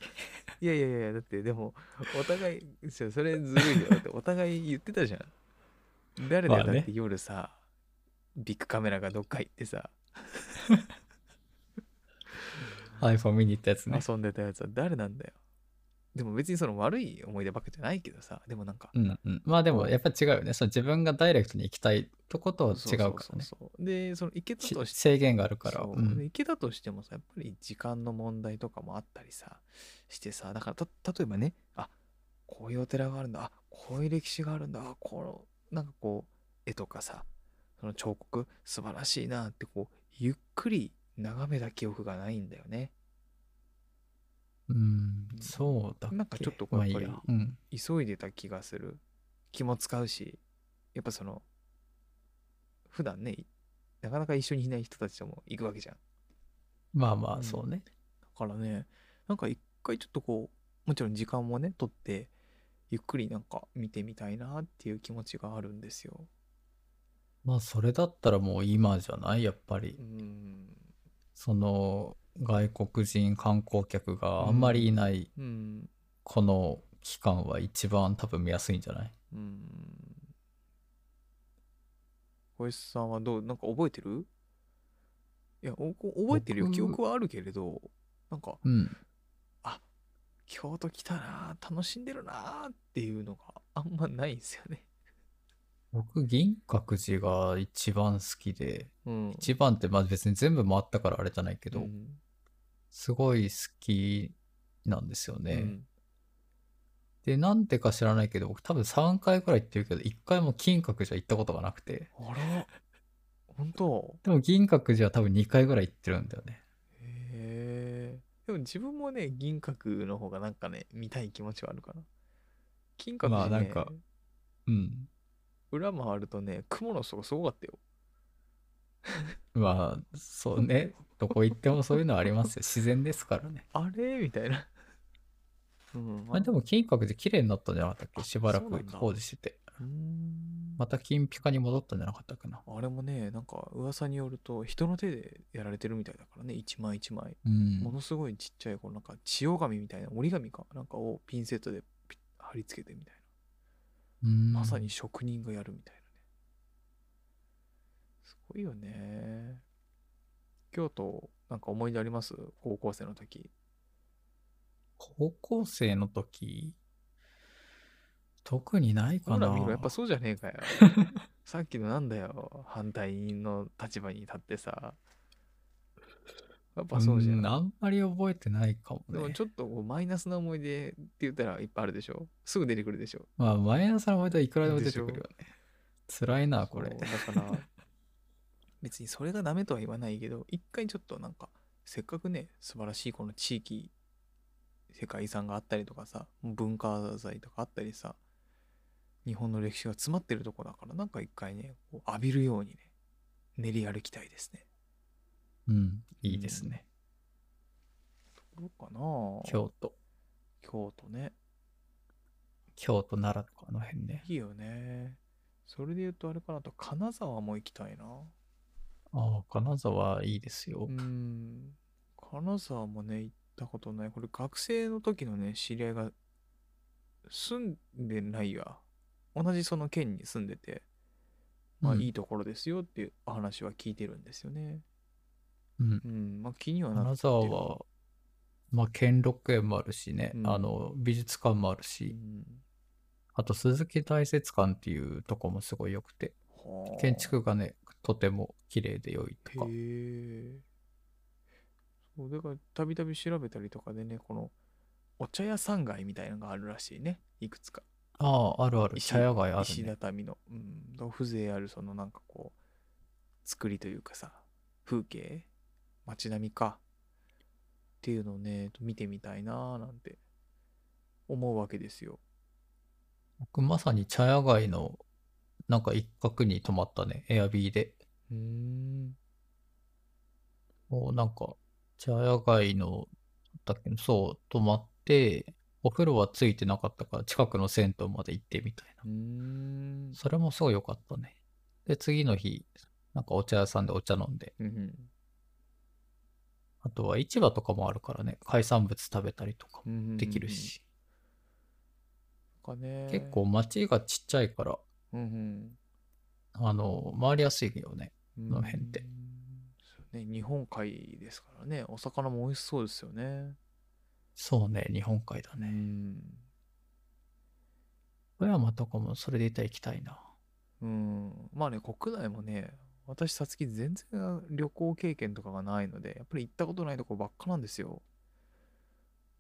いやいやいやだってでもお互いですよそれずるいよだってお互い言ってたじゃん誰だよ
まあね
だって夜さビッグカメラがどっか行ってさ
iPhone 見に行ったやつね。
遊んでたやつは誰なんだよでも別にその悪い思い出ばっかじゃないけどさ、でもなんか、
うんうん、まあでもやっぱ違うよねその自分がダイレクトに行きたいとことは違うから
そう
ね
そうそうそうで、その行けた
し
として
制限があるから
そう
うん
で行けたとしてもさ、やっぱり時間の問題とかもあったりさ、してさ、だからた、例えばね、あこういうお寺があるんだ、あこういう歴史があるんだ、あこの、なんかこう、絵とかさ、その彫刻、素晴らしいなって、こう、ゆっくり眺めた記憶がないんだよね。
うんそうだっけ
なんかちょっとこう
まあいい
や
や
っぱ
うん
急いでた気がする気も使うしやっぱその普段ねいなかなか一緒にいない人たちとも行くわけじゃんだ
まあまあそうね、
からねなんか一回ちょっとこうもちろん時間もね取ってゆっくりなんか見てみたいなっていう気持ちがあるんですよ
まあそれだったらもう今じゃないやっぱり
うん
その外国人観光客があんまりいない
うん
この期間は一番多分見やすいんじゃない
うん小石さんはどうなんか覚えてるいやおこ覚えてるよ
僕
記憶はあるけれどなんか
うん
京都来たなあ楽しんでるなあっていうのがあんまないんですよね。
僕銀閣寺が一番好きで
うん。
一番ってまあ別に全部回ったからあれじゃないけど、
うん
すごい好きなんですよね、
うん
でなんでか知らないけど僕多分3回くらい行ってるけど1回も銀閣寺は行ったことがなくて
あら本当
でも銀閣寺は多分2回ぐらい行ってるんだよね
へえ。でも自分もね銀閣の方がなんかね見たい気持ちはあるかな。金閣
ま
寺、ね
あなんかうん
裏回るとね雲の底すごかったよ。
まあそうねどこ行ってもそういうのはありま
[laughs]
すよ自然ですからね
あれみたいな。 [laughs] うん。
まあでも金閣寺綺麗になったんじゃなかったっけ
あ
しばら
そうなん
く
だ
工事してて
うん
また金ピカに戻ったんじゃなかったっけな
あれもねなんか噂によると人の手でやられてるみたいだからね一枚一枚。
うん
ものすごいちっちゃいこうなんか千代紙みたいな折り紙かなんかをピンセットでピッ貼り付けてみたい
うん
なまさに職人がやるみたいなねすごいよね京都なんか思い出あります高校生の時
高校生の時特にないか
ほ
な
ら見ろやっぱそうじゃねえ
[laughs]
かよさっきのなんだよ反対の立場に立ってさやっぱそうじゃ
ん
ん
あんまり覚えてないかも
でも
ね
ちょっとこうマイナスな思い出って言ったらいっぱいあるでしょすぐ出てくるでしょ
まあマイナスの思い出はいくらでも出てくるよね辛いなこれ
そうだ
[laughs]
から別にそれがダメとは言わないけど一回ちょっとなんかせっかくね素晴らしいこの地域世界遺産があったりとかさ文化財とかあったりさ日本の歴史が詰まってるとこだからなんか一回ねこう浴びるようにね練り歩きたいですね。
うんいいですね、
どうかな
京都
京都ね。
京都奈良とかあの辺ね
いいよね。それで言うとあれかなあと金沢も行きたいな。
ああ金沢いいですよ、
うん金沢もね行ったことないこれ学生の時のね知り合いが住んでないや同じその県に住んでてまあ
うん
いいところですよっていう話は聞いてるんですよね
うん
うんまあ気にはなって
金沢はまあ兼六園もあるしね、
うん
あの美術館もある
う
し
ん
あと鈴木大雪館っていうとこもすごい良くて
はあ
建築がねとても綺麗で良いとか
へえそうだからたびたび調べたりとかでねこのお茶屋さん街みたいなのがあるらしいねいくつか
あああるある
石
茶屋街ある、
石
ね、
畳の、うん、だから風情あるそのなんかこう作りというかさ風景街並みかっていうのをね見てみたいなーなんて思うわけですよ。
僕まさに茶屋街のなんか一角に泊まったねエアビーで
うーん
もうなんか茶屋街のだっけそう泊まってお風呂はついてなかったから近くの銭湯まで行ってみたいう
ー
なんそれもすごい良かったねで次の日なんかお茶屋さんでお茶飲んで
うん
あとは市場とかもあるからね海産物食べたりとか
う
も
ん
できるし、
なんかね
結構街がちっちゃいから
うん
あの回りやすいよね
うん
この辺って
うんそうね日本海ですからねお魚も美味しそうですよね
そうね、日本海だ
う
ね。
ん
富山とかもそれでいたら行きたいな。
うんまあね国内もね私さつき全然旅行経験とかがないのでやっぱり行ったことないとこばっかなんですよ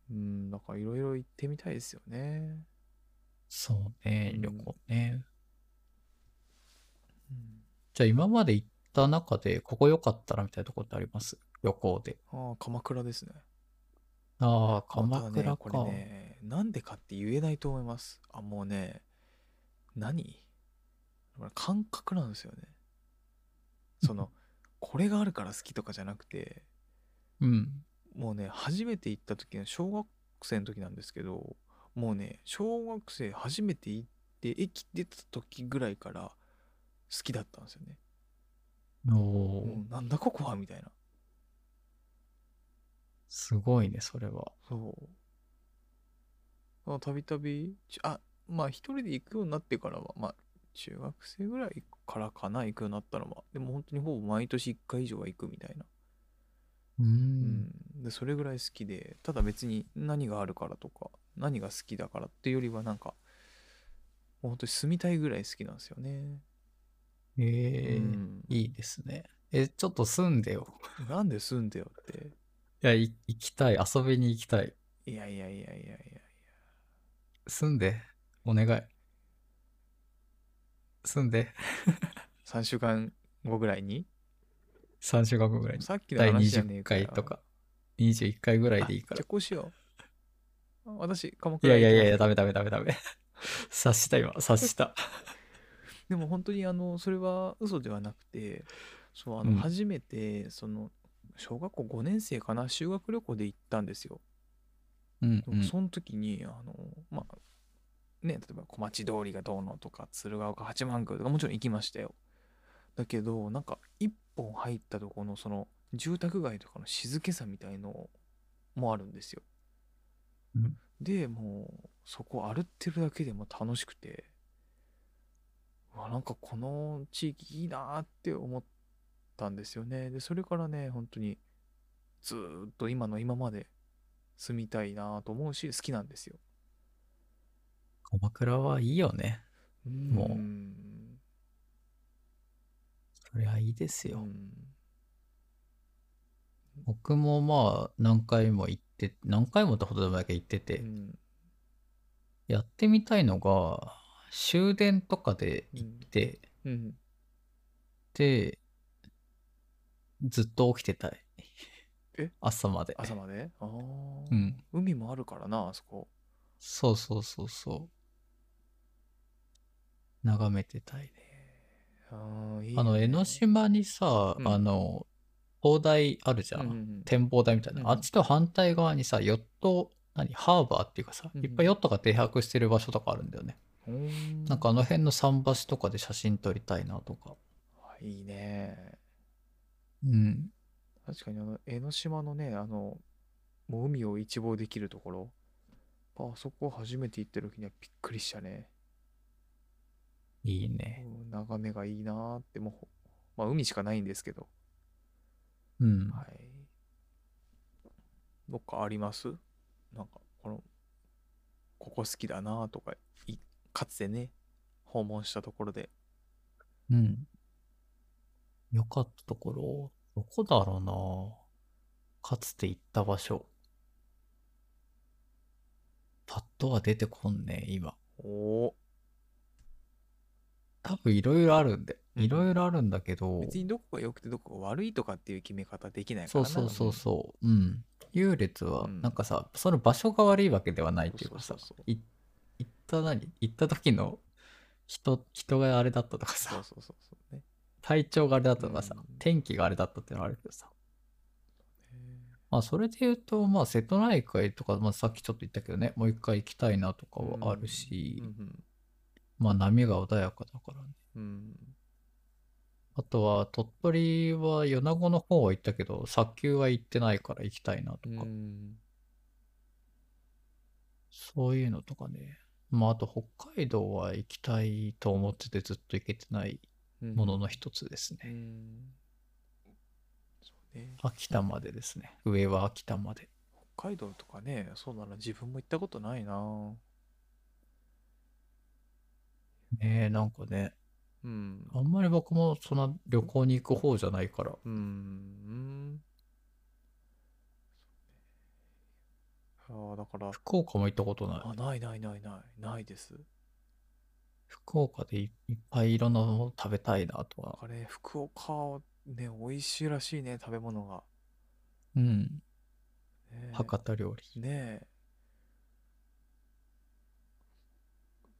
うんだからいろいろ行ってみたいですよね
そうね、
うん
旅行ね。
うん
じゃあ今まで行った中で、ここ良かったらみたいなとこってあります旅行で。
ああ鎌倉ですね
ああ、
まあ
鎌
ただ
倉
ね
か。
これねなんでかって言えないと思いますあもうね何これ感覚なんですよねそ
[laughs]
のこれがあるから好きとかじゃなくて
うん。
もうね初めて行った時の小学生の時なんですけどもうね小学生初めて行って駅出た時ぐらいから好きだったんですよね、
おー
うん、なんだここはみたいな
すごいね、それは。
そうあたびたびちあまあ一人で行くようになってからはまあ中学生ぐらいからかな行くようになったのはでも本当にほぼ毎年1回以上は行くみたいな
う。
うんん、でそれぐらい好きでただ別に何があるからとか何が好きだからっていうよりはなんかもう本当に住みたいぐらい好きなんですよね。
ええ
うん
いいですね。え、ちょっと住んでよ。
なんで住んでよって。
いや、い行きたい。遊びに行きたい。
いやいやいやいやいや。
住んで。お願い。住んで。
3週間後ぐらいに
3週間後ぐらいに。
さっきの
第
話じゃねえ
20
か
回
ら。
とか。21回ぐらいでいい
あ
か
じゃ
ら
あ。こうしよう。あ私、鎌
い
倉
やいやいやい
行き
や、
ます
ダメダメダメダメ。察した今、察 [laughs] した。
でも本当にあのそれは嘘ではなくてそうあの、
うん
初めてその小学校5年生かな修学旅行で行ったんですよ。
うん、
でもその時にあのまあね例えば小町通りがどうのとか鶴岡八幡宮とかもちろん行きましたよだけどなんか一本入ったとこのその住宅街とかの静けさみたいのもあるんですよ、
うん
でもうそこ歩ってるだけでも楽しくてうわなんかこの地域いいなーって思ったんですよねでそれからね本当にずーっと今の今まで住みたいなと思うし好きなんですよ。
鎌倉はいいよね。
も
うそりゃいいですよ。僕もまあ、何回も行って、何回もってほどでもないけど行ってて、やってみたいのが、終電とかで行って、で、ずっと起きてたい。
え
朝まで。
朝まであー
うん。
海もあるからなあそこ。
そうそうそうそう。眺めてたいね。
あーいいね
あの、江ノ島にさ、
うん
あの、砲台あるじゃ
うんうん
ん。
うん
展望台みたいな、
うん
あっちと反対側にさヨット何ハーバーっていうかさ
うん
いっぱいヨットが停泊してる場所とかあるんだよね、
うーん
なんかあの辺の桟橋とかで写真撮りたいなとか
あいいね
うん
確かにあの江ノ島のねあのもう海を一望できるところあそこ初めて行った時にはびっくりしたね。
いいね
うん眺めがいいなーってもうほ、まあ、海しかないんですけど。
うん、
はい。どっかありますなんか、この、ここ好きだなとかい、かつてね、訪問したところで。
うんよかったところどこだろうなかつて行った場所パッとは出てこんね今
お
多分いろいろあるんで
うん
いろいろあるんだけど、
お別にどこが良くてどこが悪いとかっていう決め方できないか
そ
ら
う
な。
そうそうそう。うん。優劣は
う、ん
なんかさ、その場所が悪いわけではないっていうか
そ
さ
うそうそう、
い行った何行った時の人、人があれだったとか
そう
さ、
そうそうそうね。
体調があれだったとかさ
うん、
天気があれだったっていうのはあるけどさ。まあ、それで言うと、まあ、瀬戸内海とか、まあ、さっきちょっと言ったけどね、もう一回行きたいなとかはあるし
う、ん
まあ、波が穏やかだからね。
うんうん。
あとは、鳥取は米子の方は行ったけど、砂丘は行ってないから行きたいなと
う
か。
ん。
そういうのとかね。まあ、あと北海道は行きたいと思っててずっと行けてない
うん
ものの一つです
う
ね。
ん。そうね。
秋田までですね。上は秋田まで。
海道とかね、そうだな、自分も行ったことないな。
ねえ、なんかね、
うん。
あんまり僕もそんな旅行に行く方じゃないから。
うーん。ああ、だから、
福岡も行ったことない。
あ、ないないないない、ないです。
福岡でいいっぱいいろんなもの食べたいなとは。
あれ、福岡、ね、美味しいらしいね、食べ物が。
うん。
ねえ
博多料理。
ね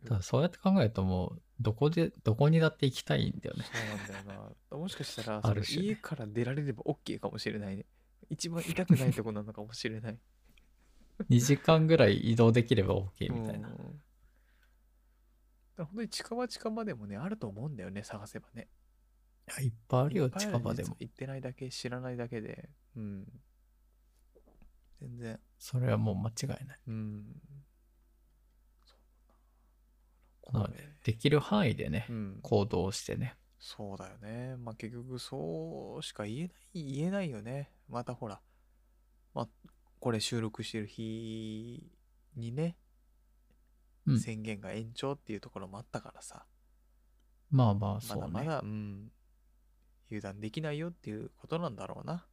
ただそうやって考えるともう、どこで、どこにだって行きたいんだよ
[laughs] え、
ね。
そうなんだよな。 [laughs] もしかしたら、
あ
その
る種ね
家から出られれば OK かもしれないね。一番痛くないとこなのかもしれない。
2時間ぐらい移動できれば OK [laughs] みたいな。
うんだから本当に近場近場でもね、あると思うんだよね、探せばね。
いやいっぱいある
い
よ、
っぱいあ
近場で
実は
も。
行ってないだけ、知らないだけで。うん。全然。
それはもう間違いない。
うん。そう
な
だな
ので、できる範囲でね
う、ん。
行動してね。
そうだよね。まあ結局そうしか言えない、言えないよね。またほら、まあこれ収録してる日にね、
うん
宣言が延長っていうところもあったからさ、
まあまあ、
ま
そう
だ
ね。
まだ、うん、油断できないよっていうことなんだろうな。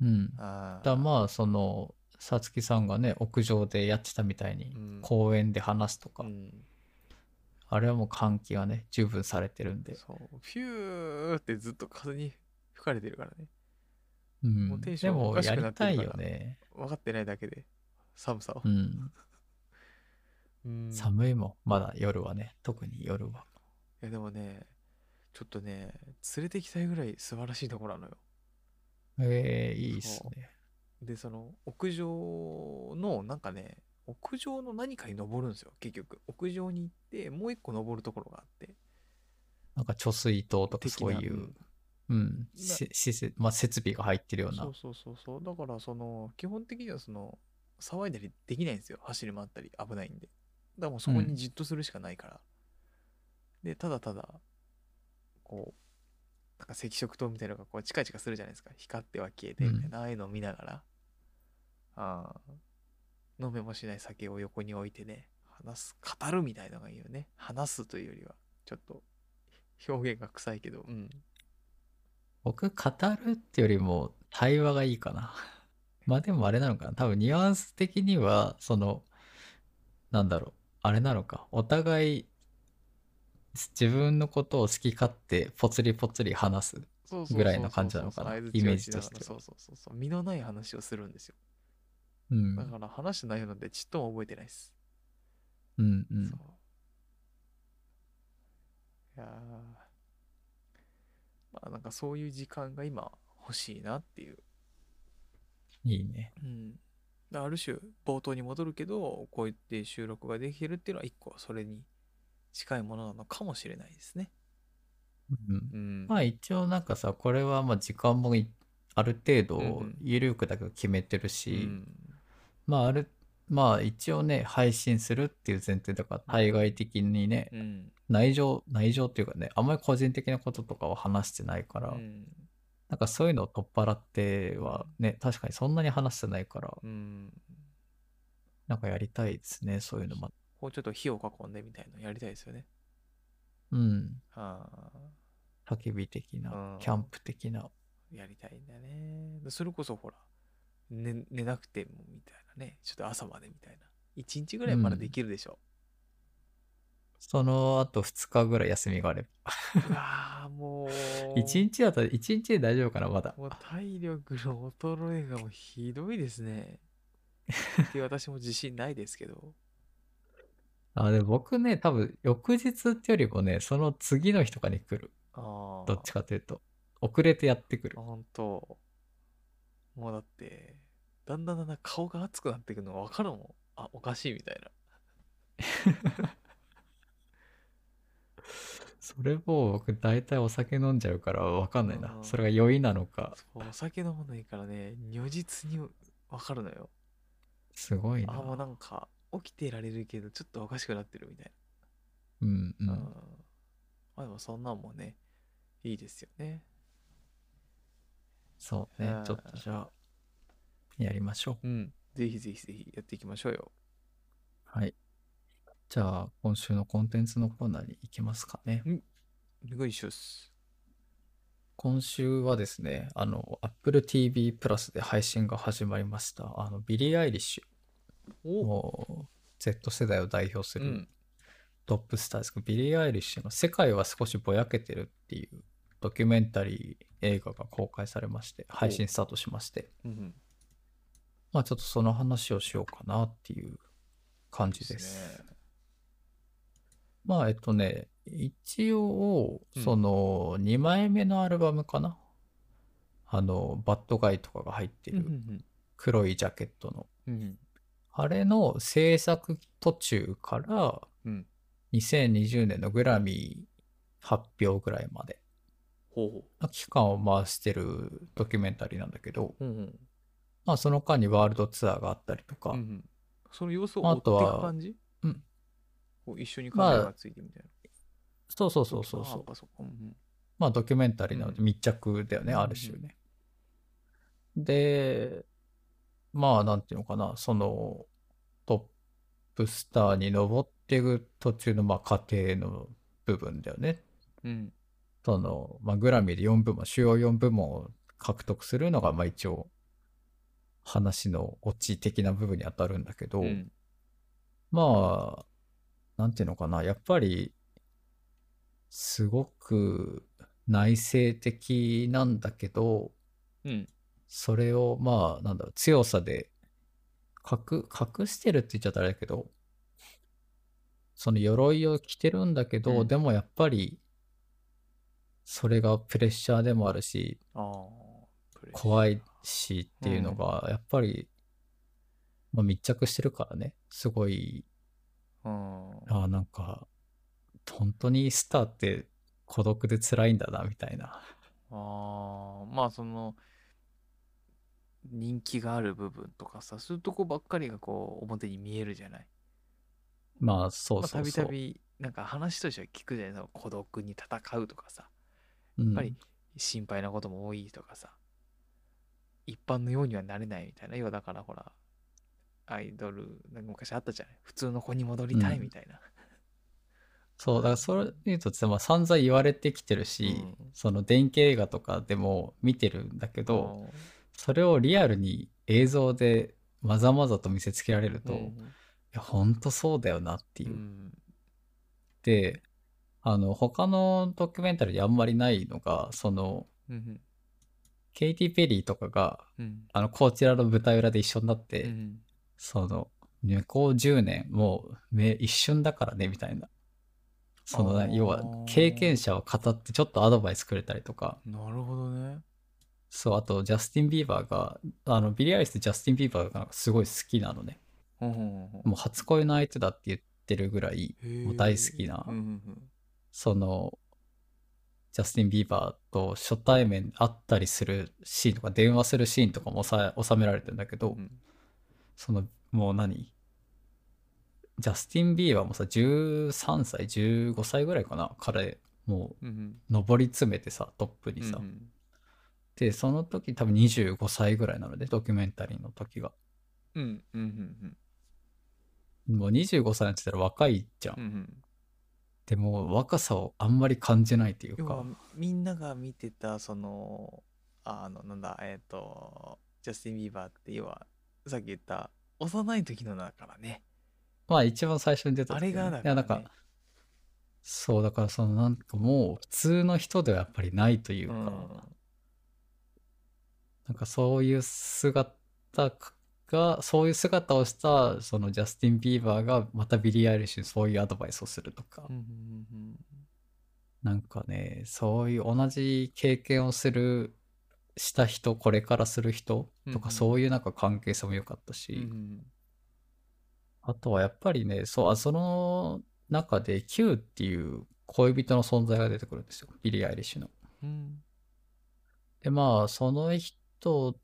うん。
あ
だ
あ、
まあ、その、さつきさんがね、屋上でやってたみたいに
うん、
公園で話すとか、
うん、
あれはもう換気がね、十分されてるんで。
そう、フューってずっと風に吹かれてるからね。
うん。
もうテンシ
で
ョンお
も、
かし
や
くな
り
ってるから
たいよね。
分かってないだけで、寒さを
う。ん。
うん
寒いもん。まだ夜はね、特に夜は。
いやでもね、ちょっとね、連れてきたいぐらい素晴らしいところなのよ。
ええいいっすね。
で、その屋上の、なんかね、屋上の何かに登るんですよ、結局。屋上に行って、もう一個登るところがあって。
なんか貯水塔とか
的
そう
な、
いううんうん、し施設、まあ設備が入ってるよう
そ
な
う。そうそうそう。だから、その、基本的にはその、騒いだりできないんですよ。走り回ったり、危ないんで。だからもうそこ
う
に
ん
じっとするしかないから。で、ただただ、こう、なんか赤色灯みたいなのがこうチカチカするじゃないですか。光っては消えて、みたいな、ああいうのを見ながら、あー飲めもしない酒を横に置いてね、話す、語るみたいなのがいいよね。話すというよりは、ちょっと、表現が臭いけど、うん。
僕、語るってよりも対話がいいかな。 [laughs] まあでもあれなのかな。多分ニュアンス的には、その、なんだろう。あれなのか。お互い、自分のことを好き勝手、ぽつりぽつり話す。
そうそうそうそう
ぐらいの感じなのかな
相槌
イメー
を
ジ
しな
と
が
し
ら
ては
そうそうそうそう。身のない話をするんですよ。
う
だ
ん。
から話してないのでちっとも覚えてないです。
うんうん
そう。いやーまあなんかそういう時間が今欲しいなっていう。
いいね。
うん。だからある種冒頭に戻るけど、こうやって収録ができてるっていうのは一個それに近いものなのかもしれないですね。
うん。
うん。
まあ一応なんかさ、これはまあ時間もいある
う
程
んう
度
ん
緩くだけど決めてる
う
し、
ん、
まあある、まあ一応ね、配信するっていう前提だから、対外的にね、
うん。
内情、内情っていうかね、あんまり個人的なこととかは話してないから、
うん。
なんかそういうのを取っ払ってはね、確かにそんなに話してないから、
うん。
なんかやりたいですね、そういうのも。
こうちょっと火を囲んでみたいなのやりたいですよね。
うん。
あ
焚き火的
う、
なんキャンプ的な。
あ、やりたいんだね。それこそほら、寝寝なくてもみたいなね。ちょっと朝までみたいな。一日ぐらいまだできるでしょ。
その後2日ぐらい休みがあれば。。
うわあ、もう
1
[laughs]
日だと、1日で大丈夫かな、まだ。
もう体力の衰えがもうひどいですね。って私も自信ないですけど。
あ、でも僕ね、多分翌日ってよりもね、その次の日とかに来る。
ああ。
どっちかというと。遅れてやってくる
あ。。ほんと。もうだって、だんだんだんだん顔が熱くなってくるのがわかるもん。あ、おかしいみたいな。
それもう僕大体お酒飲んじゃうから分かんないな
あ。ー
それが酔いなのか。
そうお酒飲まないからね、如実にわかるのよ。
すごい
あ、
な。
もうなんか、起きてられるけど、ちょっとおかしくなってるみたい
うんう
な。
ん。
まあでもそんなんもね、いいですよね。
そうね
あー。
ちょっとじゃあ、やりましょう。
うん。ぜひぜひぜひやっていきましょうよ。
はい。じゃあ、今週のコンテンツのコーナーに行きますかね。
お願いします。
今週はですね、あの、Apple TV プラスで配信が始まりました。あの、ビリー・アイリッシュ。もう、Z 世代を代表す
う
る
ん。
トップスターですけど、ビリー・アイリッシュの世界は少しぼやけてるっていうドキュメンタリー映画が公開されまして、配信スタートしまして、
うん。
まあちょっとその話をしようかなっていう感じです。
ですね
まあえっとね、一応
うん、
その2枚目のアルバムかな、あの、バッドガイとかが入って
うん
る黒いジャケットの、
うんうん。
あれの制作途中から
うん
2020年のグラミー発表ぐらいまで
ほうほ
の期間を回してるドキュメンタリーなんだけど、
う。うんうん。
まあその間にワールドツアーがあったりとか、
うんうんその様子を追
あ
ってい
とは
く感じ
うん。
こう一緒にカメラがついてみたいな。
そうそうそうそう
あ
そ
やっ
う
ぱそこ。うん
まあドキュメンタリーなので
うん
密着だよね、
うん
ある種ね。で、まあなんていうのかな、そのトップスターに上っていく途中のまあ過程の部分だよね。
うん。うん
その、まあ、グラミーで4部門、主要4部門を獲得するのがまあ一応話のオチ的な部分に当たるんだけど、
うん
まあ、なんていうのかな、やっぱり、すごく内省的なんだけど、
うん。
それを、まあ、なんだろう、強さで、隠、隠してるって言っちゃったらあれだけど、その鎧を着てるんだけど、
うん
でもやっぱり、それがプレッシャーでもあるし、
ああ。
怖
い。
いしっていうのが、やっぱり、まあ、密着してるからね、すごい
うん。
ああ、なんか、本当にスターって孤独で辛いんだな、みたいな。
ああまあその人気がある部分とかさそういうとこばっかりがこう表に見えるじゃない
まあ、そう
まあ
そ
た
う
び
そ
た
う。
びなんか話としては聞くじゃないその孤独に戦うとかさ
や
やっぱり心配なことも多いとかさ一般のようにはなれないみたいな要はだからほらアイドルなんか昔あったじゃない普通の子に戻りたい
うん
みたいな、
そう、だからそれで言うと、まあ、散々言われてきてるし、
うん
その電気映画とかでも見てるんだけど、
うん
それをリアルに映像でまざまざと見せつけられると、いや、本当そうだよなって
う
言っ
ん
て、あの、他のドキュメンタリーであんまりないのが、その、
うん
ケイティ・ペリーとかが、
うん
あの、こちらの舞台裏で一緒になっ
う
て、
ん
その、ね、こう10年、もう、ね、一瞬だからね、みたいな。その、
あー
要は、経験者を語って、ちょっとアドバイスくれたりとか、
なるほどね
そう、あと、ジャスティン・ビーバーが、あの、ビリー・アイリスとジャスティン・ビーバーがすごい好きなのね。
うんうんうん
もう、初恋の相手だって言ってるぐらい、もう大好きな
へーうんうん
その、ジャスティン・ビーバーと初対面会ったりするシーンとか、電話するシーンとかも収め収められてるんだけど、
うん
その、もう何ジャスティン・ビーバーもさ、13歳、15歳ぐらいかな、彼、も
うんうん
う、上り詰めてさ、トップにさ。
うんうん
で、その時多分25歳ぐらいなので、ドキュメンタリーの時が。
うんうんうん
もう25歳なんて言ったら若いじゃん。
うんうん
でも、若さをあんまり感じないっていう
要
か
は、みんなが見てたそのあのなんだえっ、とジャスティン・ビーバーって要はさっき言った幼い時のだからね
まあ一番最初に出た
あ
時ね、
れがだ
い
か
や、
ら、
な
ね、
んか、そう、だからその、なんかもう、普通の人ではやっぱりないという
う
か、
ん
なんかそういう姿が、そういう姿をした、そのジャスティン・ビーバーがまたビリー・アイリッシュにそういうアドバイスをするとか、
うんうんうん
なんかね、そういう同じ経験をする、した人、これからする人と
うんう
か、
ん
そういうなんか関係性も良かった
う
し、
んうん
あとはやっぱりね、そう、あその中で Q っていう恋人の存在が出てくるんですよ、ビリー・アイリッシュの。
うん
で、まあ、その人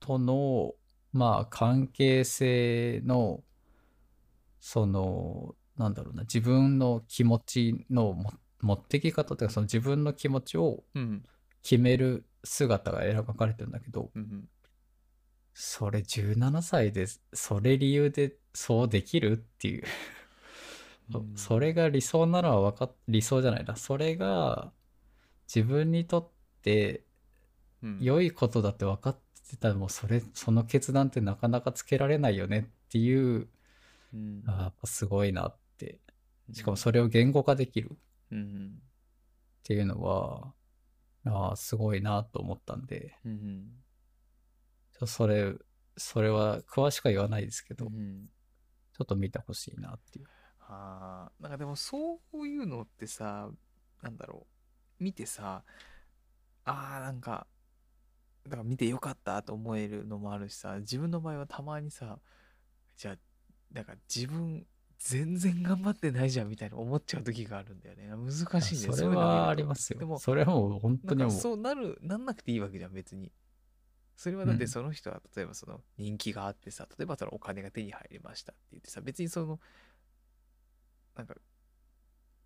との、まあ、関係性の、その、なんだろうな、自分の気持ちのも持ってき方というか、その自分の気持ちを
うん
決める姿が描かれてるんだけど、
うん
それ17歳でそれ理由でそうできるっていう、
うん
[laughs] それが理想なのは分かっ理想じゃないなそれが自分にとって
うん
良いことだって分かってたらもうそれその決断ってなかなかつけられないよねっていう
うん
あーやっぱすごいなってしかも
れ、
それを言語化できるっ
うん
ていうのはあーすごいなと思ったんで
うんうん
ちょそれそれは詳しくは言わないですけ
う
ど、ち
ん、
ょっと見てほしいなっていう。
あーなんかでもそういうのってさなんだろう見てさあーなんかだから見てよかったと思えるのもあるしさ自分の場合はたまにさじゃあなんか自分全然頑張ってないじゃんみたいな思っちゃう時があるんだよね難しいね
あそれ
ういうの見ると
はあります
で
よ。
も
それはもう本
な
当
ん
に
か
もう。
そうなるなんなくていいわけじゃん別にそれはだっ
う
て
ん
その人は例えばその人気があってさ例えばそのお金が手に入りましたって言ってさ別にそのなんか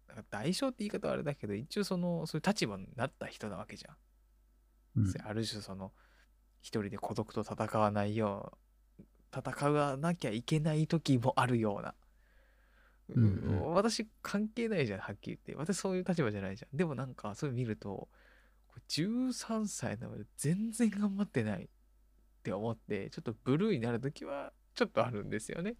なんか代償って言い方はあれだけど一応そのそういう立場になった人なわけじゃん、
うん
それある種その一人で孤独と戦わないよう戦わなきゃいけない時もあるような、
うんうん
私関係ないじゃんはっきり言って私そういう立場じゃないじゃんでもなんかそれ見るとこれ13歳なので全然頑張ってないって思ってちょっとブルーになる時はちょっとあるんですよね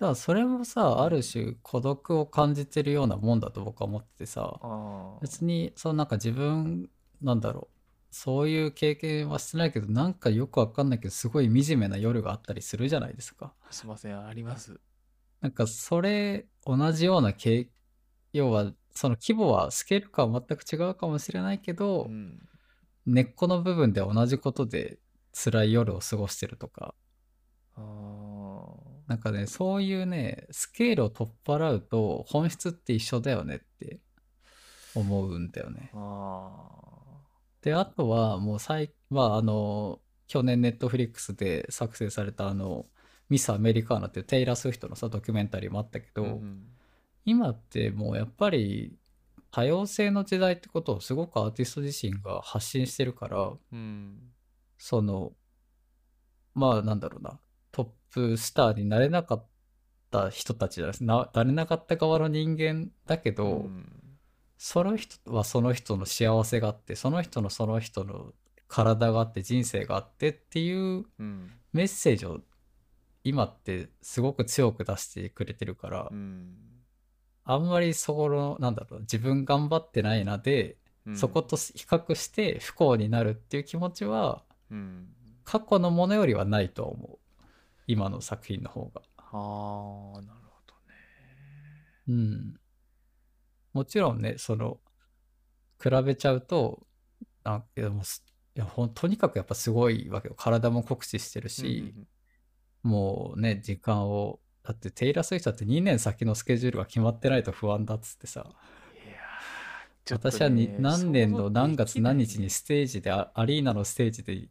だからそれもさ、ある種孤独を感じてるようなもんだと僕は思っててさ、
あ
別に、そのなんか自分、なんだろう、そういう経験はしてないけど、なんかよくわかんないけど、すごい惨めな夜があったりするじゃないですか。
あすいませんあります
なんかそれ、同じような経、要は、その規模はスケール感は全く違うかもしれないけど、
うん
根っこの部分で同じことで辛い夜を過ごしてるとか、
あー
なんかね、そういうね、スケールを取っ払うと本質って一緒だよねって思うんだよね。
あ
で、あとはもう最、まああの、去年ネットフリックスで作成されたあの、ミス・アメリカーナっていうテイラー・スウィフトのさ、ドキュメンタリーもあったけ
ー
ど、
うん
今ってもうやっぱり多様性の時代ってことをすごくアーティスト自身が発信してるから、
うん
その、まあなんだろうな、トップスターになれなかった人たちじゃないですな、なれなかった側の人間だけど、
うん
その人はその人の幸せがあって、その人のその人の体があって、人生があってっていう
うん
メッセージを今ってすごく強く出してくれてるから
う、ん
あんまりそこの、なんだろう、自分頑張ってないなで、
うん
そこと比較して不幸になるっていう気持ちは、
うん
過去のものよりはないと思う今の作品の方が
ああなるほどね
うんもちろんねその比べちゃうとなんけどもすいやほんとにかくやっぱすごいわけよ体も酷使してるし、もうね時間をだってテイラー・スウィフトだって2年先のスケジュールが決まってないと不安だっつってさ
いやーちょっとね
私はに何年の何月何日に
想
ステージでアアリーナのステージで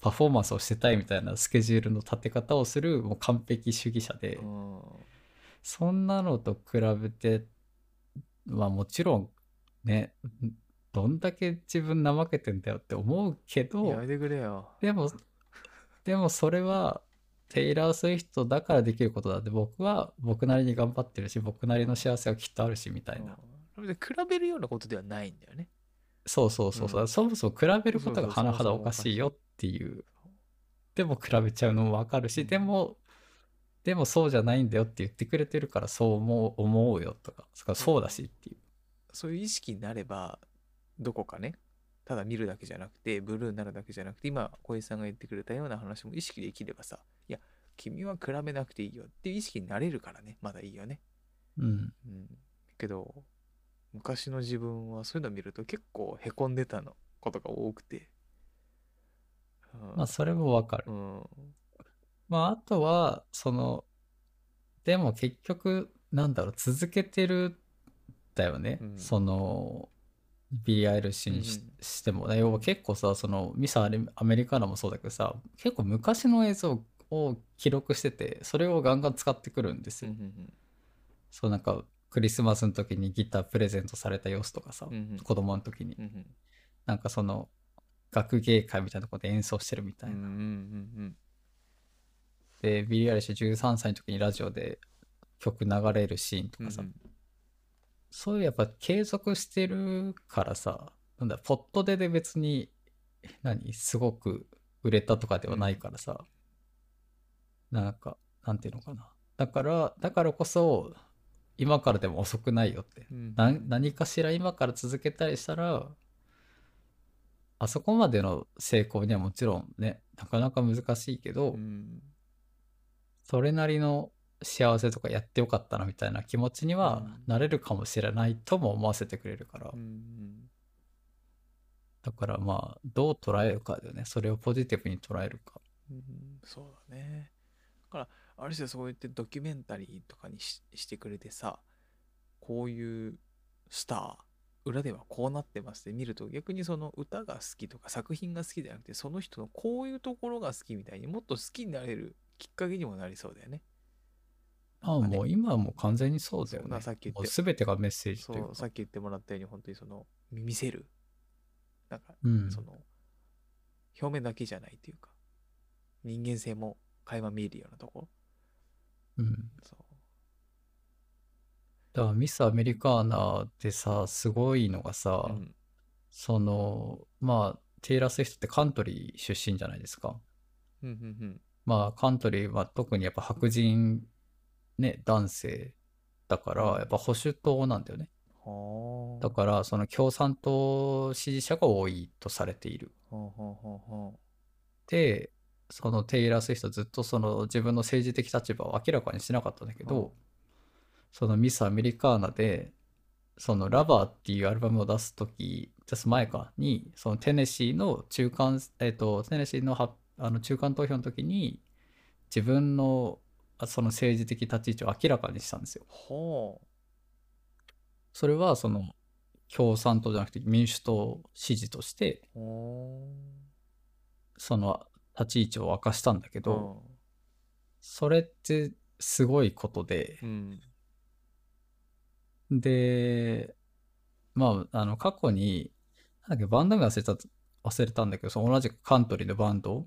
パフォーマンスをしてたいみたいなスケジュールの立て方をするもう完璧主義者で、
像できないうん
そんなのと比べてまあもちろんねどんだけ自分怠けてんだよって思うけ
や
ど
めてくれよ。
でもでもそれはテイラー・スウィフトだからできることだって僕は僕なりに頑張ってるし僕なりの幸せはきっとあるしみたい
う
な、
ん比べるようなことではないんだよね。
そうそうそうそう、
うん
そもそも比べること
そ
が
うそう
甚だおかしいよっていうでも比べちゃうのもわかるし、
うん
でもでもそうじゃないんだよって言ってくれてるからそう思う思うよとかそっかそうだしっていう
そういう意識になれば、どこかね、ただ見るだけじゃなくて、ブルーになるだけじゃなくて、今、小石さんが言ってくれたような話も意識できればさ、いや、君は比べなくていいよっていう意識になれるからね、まだいいよね。
うん
うん。けど、昔の自分はそういうの見ると結構へこんでたのことが多くて。うん
まあそれもわかる、
うん。
まああとはそのでも結局なんだろう続けてるんだよね、
うん
その b i ルシにし,、
うんうん
してもね要は結構さそのミサアレアメリカナもそうだけどさ結構昔の映像を記録しててそれをガンガン使ってくるんです
うんう
よ、
ん
そうなんかクリスマスの時にギタープレゼントされた様子とかさ、
うんうん
子供の時に
うんうん
なんかその学芸会みたいなところで演奏してるみたいな。
うんうんうん
でビリー・アイリッシュ13歳の時にラジオで曲流れるシーンと
うん
かさ、そういうやっぱ継続してるからさなんだポットでで別に何すごく売れたとかではないからさ、なんかなんていうのかなだからだからこそ今からでも遅くないよって
うんうん
な何かしら今から続けたりしたらあそこまでの成功にはもちろんねなかなか難しいけど、
うん
それなりの幸せとかやってよかったなみたいな気持ちには
うん
なれるかもしれないとも思わせてくれるから、
うんうん
だからまあどう捉えるかだよねそれをポジティブに捉えるか
うんそうだねだからある種そうやってドキュメンタリーとかにししてくれてさこういうスター裏ではこうなってますって見ると逆にその歌が好きとか作品が好きじゃなくてその人のこういうところが好きみたいにもっと好きになれるきっかけにもなりそうだよね。
ああ
なんかね
もう今はもう完全にそうだよ
そうだ
ね
さっき言って
もう全てがメッセージと
そ
いう
うさ
か
っき言ってもらったように本当にその見せるなんか
うん
その表面だけじゃないというか人間性も垣間見えるようなとこ
うん
そう
だからミス・アメリカーナでさすごいのがさ、
うん
そのまあテイラー・スウィフトってカントリー出身じゃないですか
うんうんうん
まあカントリーは特にやっぱ白人ね男性だから
うん
やっぱ保守党なんだよね
はあ。
だからその共産党支持者が多いとされている
ら。はあはあはあはあ
でそのテイラー・スウィフトずっとその自分の政治的立場を明らかにしなかったんだけど、
うん
そのミス・アメリカーナでその「ラバー」っていうアルバムを出す時出す前かにそのテネシーの中間、えっとテネシーのはあの中間投票の時に自分のあその政治的立ち位置を明らかにしたんですよ。
は
それはその共産党じゃなくて民主党支持として
あ。は
その立ち位置を明かしたんだけ
あ。
ど、それってすごいことで
う、ん。
で、まあ、あの、過去に、なんだっけ、バンド名忘れた、忘れたんだけど、その同じくカントリーのバンド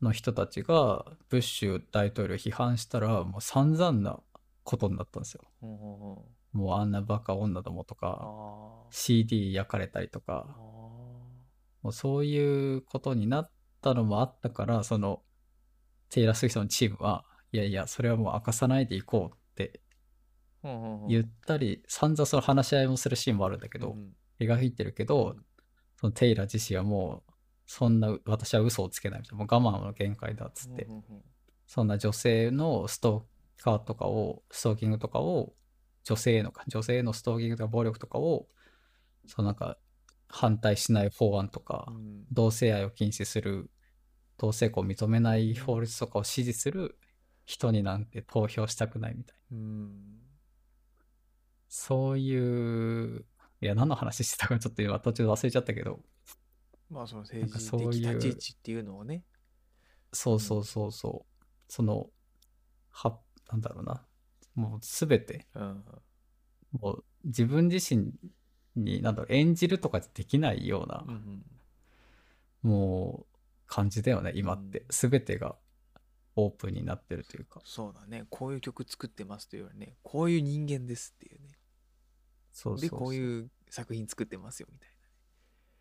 の人たちが、ブッシュ大統領を批判したら、もう散々なことになったんですよ。
うんうんうん
もうあんなバカ女どもとか、
あ
CD 焼かれたりと
あ。
か、
は
もうそういうことになったのもあったから、その、テイラー・スウィフトのチームは、いやいや、それはもう明かさないでいこうって
あ。
言ったり、散々その話し合いもするシーンもあるんだ
け
けど、描いてるけど、そのテイラー自身はもう、そんな私は嘘をつけないみたいな、もう我慢の限界だっつって、そんな女性のストーカーとかを、ストーキングとかを、女性へのか、女性へのストーキングとか暴力とかを、そのなんか、反対しない法案とか、
うん
同性愛を禁止する同性婚を認めない法律とかを支持する人になんて投票したくないみたいな
うん。
そういういや何の話してたかちょっと今途中で忘れちゃったけど
まあその政
なんか
治
そう
的
いう
立ち位置っていうのをね。
そうそうそうそうそのはなんだろうなもう全て
うん。
もう自分自身になんだろう演じるとかできないような、
うん
もう感じだよね今って全てがオープンになってるというか
そうだね。こういう曲作ってますというよりね、こういう人間ですっていうね。
そうそう
で、
そう
こういう作品作ってますよみたい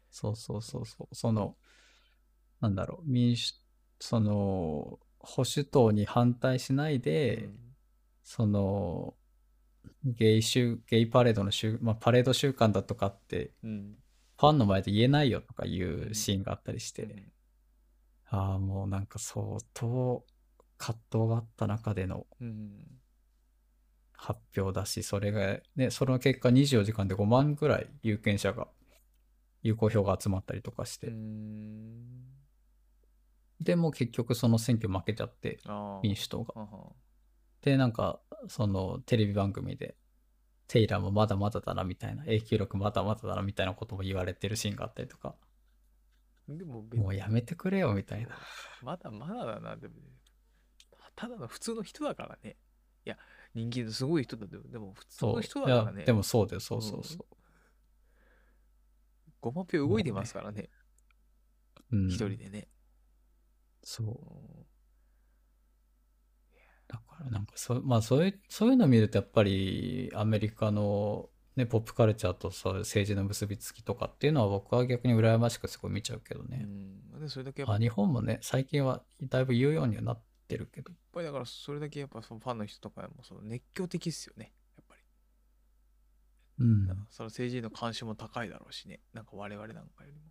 そうそうそうそう。その、なんだろう、民主、その、保守党に反対しないで、
な。
その、ゲイ集、ゲイパレードの集、まあ、パレード週間だとかって、
うん。
ファンの前で言えないよとかいうシーンがあったりして、
うん
ああ、もうなんか相当葛藤があった中での
うん。
発表だし、それが、ね、その結果24時間で5万ぐらい有権者が、有効票が集まったりとかして、
うん。
でもう結局その選挙負けちゃって、
ああ。
民主党が。
はは
で、なんか、そのテレビ番組で、テイラーもまだまだだなみたいな、永久力まだまだだなみたいなことも言われてるシーンがあったりとか、
でも別に
もうやめてくれよみたいな。
まだまだだな、でもね、ただの普通の人だからね。いや、人間のすごい人だけど、でも普通
そ
の
う。
人だから
い
ね
や。でもそうだよ、そうそうそう。
5万票動いてますからね。
うん
一人でね。
そうだからなんかそう,、まあ、そういうそういうの見るとやっぱりアメリカの、ね、ポップカルチャーとそう政治の結びつきとかっていうのは僕は逆に羨ましくすごい見ちゃうけど
う
ね、
んでそれだけやっ
ま
ぱ
あ、日本もね最近はだいぶ言うようにはなってるけど
やっぱりだからそれだけやっぱそのファンの人とかもその熱狂的っすよねやっぱり
うん
だからその政治への関心も高いだろうしねなんか我々なんかよりも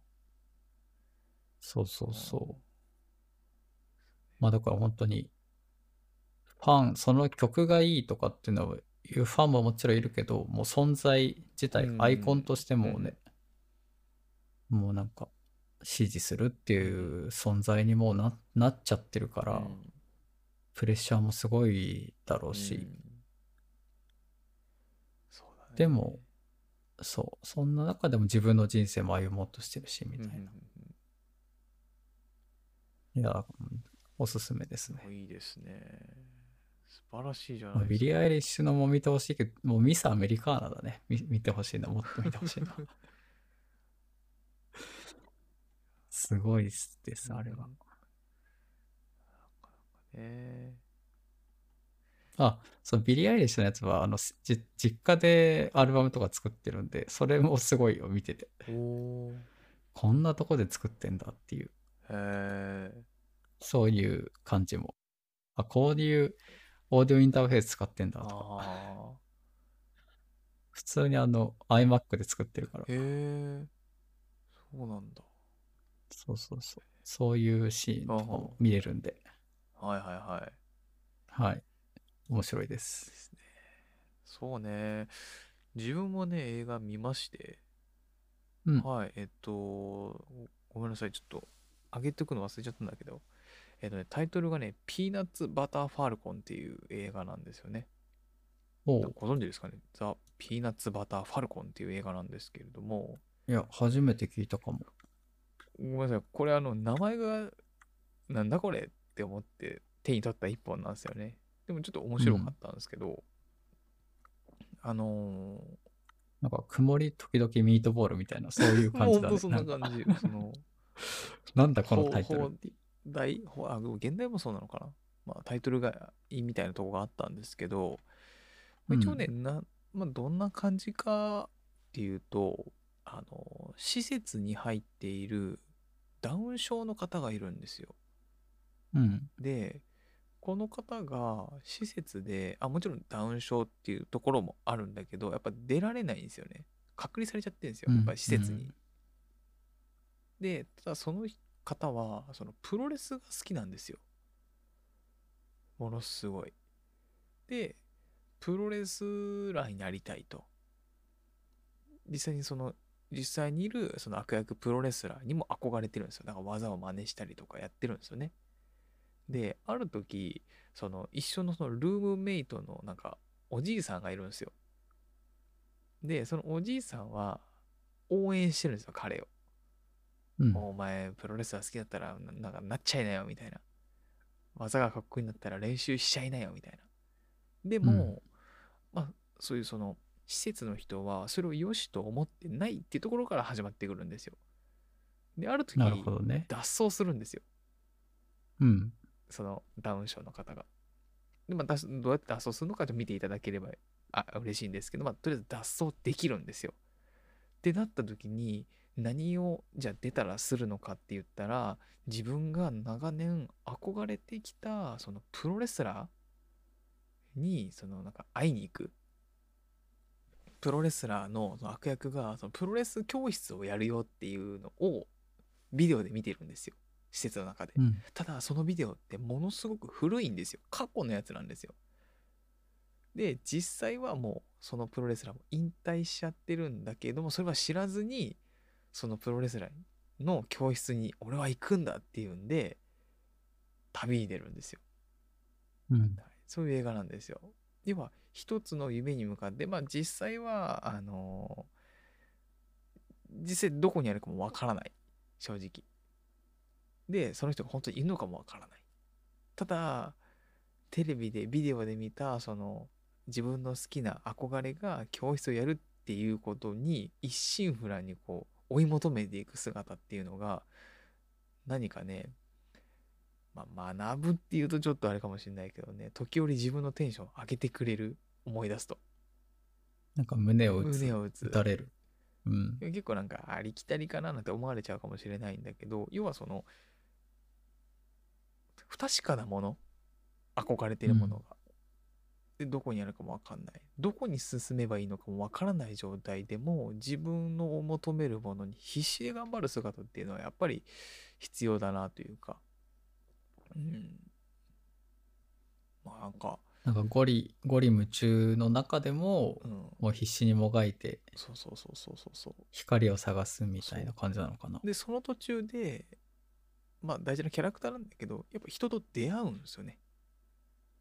そうそうそうまあだから本当にファンその曲がいいとかっていうのをいうファンももちろんいるけどもう存在自体、
うん
アイコンとしてもうね、もうなんか支持するっていう存在にもうななっちゃってるから、
うん
プレッシャーもすごいだろうし、
うんそうだね
でもそうそんな中でも自分の人生も歩もうとしてるしみたいな、
うんうん
いやうんおすすめですね
うんいいですね素晴らしいじゃ
ま
な
あ、
い
ビ
です
リ
か
ー・アイリッシュのも見てほしいけど、もうミス・アメリカーナだね。み見てほしいな、もっと見てほしいな。すごいです、あれは。
え
あ、そう、ビリー・アイリッシュのやつは、あの、すじ実家でアルバムとか作ってるんで、それもすごいよ、見てて。
ー、おー
こんなとこで作ってんだっていう、
へえ
そういう感じも。あ、こういうオーディオインターフェース使ってんだ
あ
とか、
あ
普通にあの、iMac で作ってるから
へ。えそうなんだ
そうそうそう。そういうシーンとかも見れるんで。
はいはいはい
はい。面白いです
で。すね。そうね。自分もね、映画見まして。
うん
はい、えっと、ごごめんなさい、ちょっと、上げておくの忘れちゃったんだけど、えっとね、タイトルがね、ピーナッツ・バター・ファルコンっていう映画なんですよね。
おう
ご存知ですかねザ・ピーナッツ・バター・ファルコンっていう映画なんですけれども、
いや、初めて聞いたかも。
ごめんなさい、これあの、名前が、なんだこれって思って手に取った一本なんですよね。でもちょっと面白かったんですけど、あのー
なんか、曇り時々ミートボールみたいな、そういう感
もう
じ
ほ [laughs]
だ
んと。
ね
そんな
なんか
感じ。その、
なんだこのタイト
ほ
ル
う。大、ほあ、でも現代もそうなのかな。まあ、タイトルがいいみたいなとこがあったんですけど、まあ一応ね、な、まあ、どんな感じかっていうと、あの、施設に入っているダウン症の方がいるんですよ。
うん。
で、この方が施設で、あ、もちろんダウン症っていうところもあるんだけど、やっぱ出られないんですよね。隔離されちゃってるんですよ、やっぱり施設に。
うん
で、ただその方は、そのプロレスが好きなんですよ。ものすごい。で、プロレスラーになりたいと。実際にその、実際にいるその悪役プロレスラーにも憧れてるんですよ。だから技を真似したりとかやってるんですよね。で、ある時、その一緒のそのルームメイトのなんかおじいさんがいるんですよ。で、そのおじいさんは応援してるんですよ、彼を。
うん
お前、プロレスラー好きだったらな、なんかなっちゃいなよ、みたいな。技がかっこいいんだったら練習しちゃいなよ、みたいな。でも、
うん
まあ、そういうその、施設の人は、それを良しと思ってないっていうところから始まってくるんですよ。で、ある時、
なるほどね。
脱走するんですよ。
うん。
その、ダウン症の方が。で、まあ、脱どうやって脱走するのか、ちょっと見ていただければ、あ、嬉しいんですけど、まあ、とりあえず脱走できるんですよ。ってなった時に何をじゃあ出たらするのかって言ったら自分が長年憧れてきたそのプロレスラーにそのなんか会いに行くプロレスラーのその悪役がそのプロレス教室をやるよっていうのをビデオで見てるんですよ施設の中で
うん。
ただそのビデオってものすごく古いんですよ過去のやつなんですよで実際はもうそのプロレスラーも引退しちゃってるんだけれどもそれは知らずにそのプロレスラーの教室に俺は行くんだっていうんで旅に出るんですよ
うん。
はいそういう映画なんですよ。要は一つの夢に向かって、まあ、実際はあのー実際どこにあるかもわからない正直。でその人が本当にいるのかもわからない。ただテレビでビデオで見たその自分の好きな憧れが教室をやるっていうことに一心不乱にこう追い求めていく姿っていうのが何かね、まあ、学ぶっていうとちょっとあれかもしれないけどね、時折自分のテンション上げてくれる、思い出すと。
なんか胸を打つ
胸を打つ。
打たれるうん
結構なんかありきたりかななんて思われちゃうかもしれないんだけど要はその不確かなもの憧れてるものが、でどこにあるかも分かんないどこに進めばいいのかも分からない状態でも自分の求めるものに必死で頑張る姿っていうのはやっぱり必要だなというかうんまあなんか
なんかゴリゴリ夢中の中でも
うん
もう必死にもがいて
そうそうそうそうそうそう
光を探すみたいな感じなのかな
でその途中でまあ大事なキャラクターなんだけどやっぱ人と出会うんですよね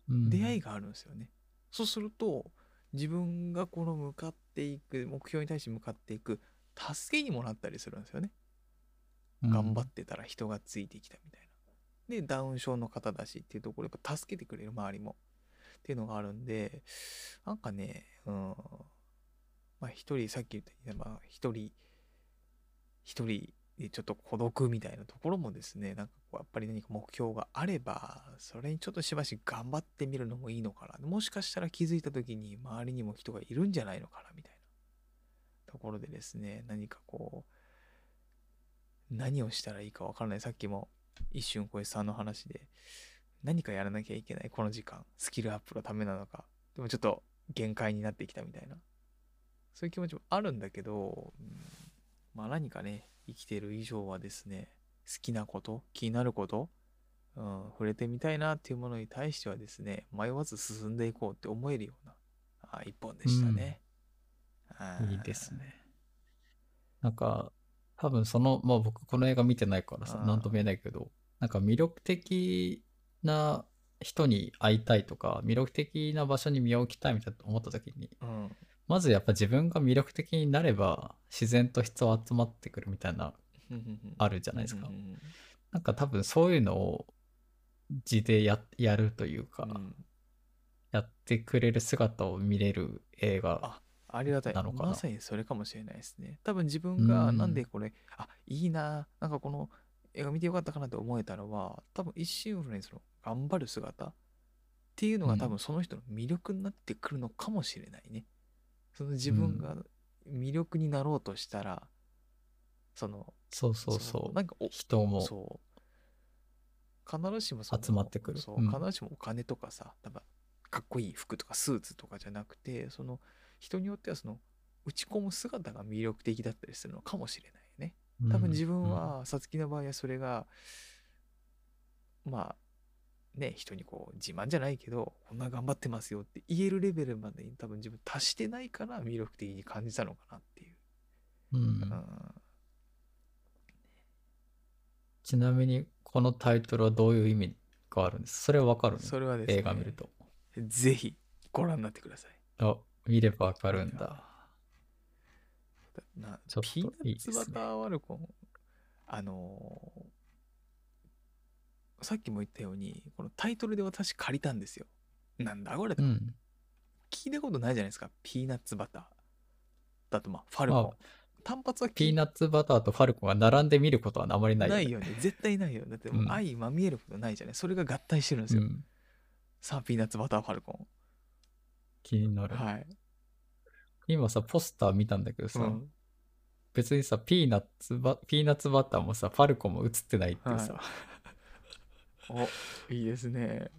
うん
出会いがあるんですよね、そうすると自分がこの向かっていく目標に対して向かっていく助けにもなったりするんですよね、
うん
頑張ってたら人がついてきたみたいなでダウン症の方だしっていうところやっぱ助けてくれる周りもっていうのがあるんでなんかねうんまあ一人さっき言ったようにまあ一人一人でちょっと孤独みたいなところもですねなんかこうやっぱり何か目標があればそれにちょっとしばし頑張ってみるのもいいのかなもしかしたら気づいた時に周りにも人がいるんじゃないのかなみたいなところでですね何かこう何をしたらいいかわからないさっきも一瞬小石さんの話で何かやらなきゃいけないこの時間スキルアップのためなのかでもちょっと限界になってきたみたいなそういう気持ちもあるんだけど、うんまあ何かね、生きてる以上はですね、好きなこと、気になること、うん、触れてみたいなっていうものに対してはですね、迷わず進んでいこうって思えるような、あ一本でしたね。あー
いいです。ね。なんか、多分その、まあ僕この映画見てないからさ、
あー
なんとも言えないけど、なんか魅力的な人に会いたいとか、魅力的な場所に身を置きたいみたいな思った時に、
うん。
まずやっぱ自分が魅力的になれば、自然と人は集まってくるみたいな、あるじゃないですか。
うんうん
なんか多分そういうのを、字でややるというか、
うんうん
やってくれる姿を見れる映画。
ありがたい。
なのかな
まさにそれかもしれないですね。多分自分が
うん
なんでこれ、あ、いいな、なんかこの映画見てよかったかなって思えたのは、多分一心不乱にその頑張る姿っていうのが
うん
多分その人の魅力になってくるのかもしれないね。その自分が魅力になろうとしたら、その、
そうそ
そ
うそ
の
う。
なんかお
人も。
そう。必ずしもその
集まってくる
そうう、
ん
必ずしもお金とかさ、なんかかっこいい服とかスーツとかじゃなくて、その人によってはその打ち込む姿が魅力的だったりするのかもしれないよね。多分自分は、さつきの場合はそれが、まあ、ね、人にこう自慢じゃないけど、こんな頑張ってますよって言えるレベルまでに多分自分達してないから魅力的に感じたのかなっていう。
うん、うん
うん
ちなみに、このタイトルはどういう意味があるんですそれはわかるの
それはですね、
映画見ると。
ぜひご覧になってください。
あ、見ればわかるんだ。
な
ちょっと
ピーナ
い
ッ
いで
ツ
す
バ
ね
ターワルコン、あのーさっきも言ったように、このタイトルで私借りたんですよ。なんだこれ、
うん。
聞いたことないじゃないですか。ピーナッツバター。だとまあ、ファルコン。
ま
単発は聞い
ピーナッツバターとファルコンが並んで見ることはあまりない。
ないよね。絶対ないよ。だってもう
うん
相まみえることないじゃない。それが合体してるんです
う
よ。
ん。
さあ、ピーナッツバターファルコ
気にな
ン。
る。
はい。
今さ、ポスター見たんだけど
う
さ、
ん。
別にさ、ピーナッツバ、ピーナッツバターもさ、ファルコンも映ってないっていうさ、わ
は、お、いいですね。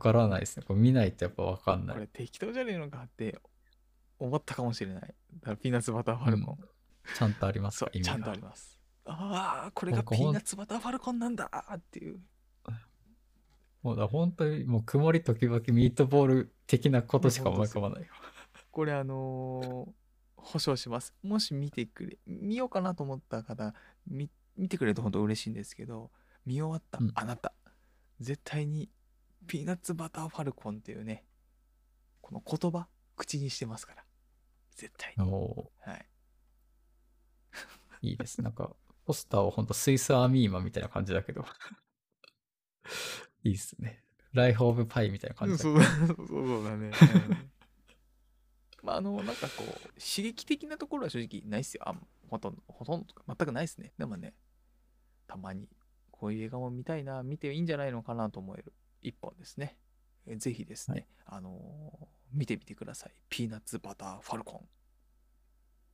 からないですね。これ見ないとやっぱわかんな
こ
い。
れ適当じゃねえのかって思ったかもしれない。だからピーナッツバターファルコン。
ちゃんとあります
そ
か
う、
意味
ち
が
ゃんとあります。ああ、これ
な
が
んか
ピ
ほ
ー
ん
ナッツバターファルコンなんだーっていう。
もうだ、本当にもう曇り時々ミートボール的なことしか思い浮かばない。
これあのー保証します。もし見てくれ、見ようかなと思った方、見見てくれると本当嬉しいんですけど、見終わった
うん
あなた、絶対にピーナッツバターファルコンっていうね、この言葉、口にしてますから。絶対に。
もう、
はい。
いいです。なんか、ポスターをほんとスイスアーミーマンみたいな感じだけど。 [laughs] いいっすね。ライフ・オブ・パイみたいな感じだけど。
そう [laughs] そうそうだね。うんまあ、あの、なんかこう、刺激的なところは正直ないっすよ。あんほとんど、ほとんどとか、全くないっすね。でもね、たまにこういう映画も見たいな、見ていいんじゃないのかなと思える一本ですね。えぜひですね、あのー見てみてください。ピーナッツバターファルコン。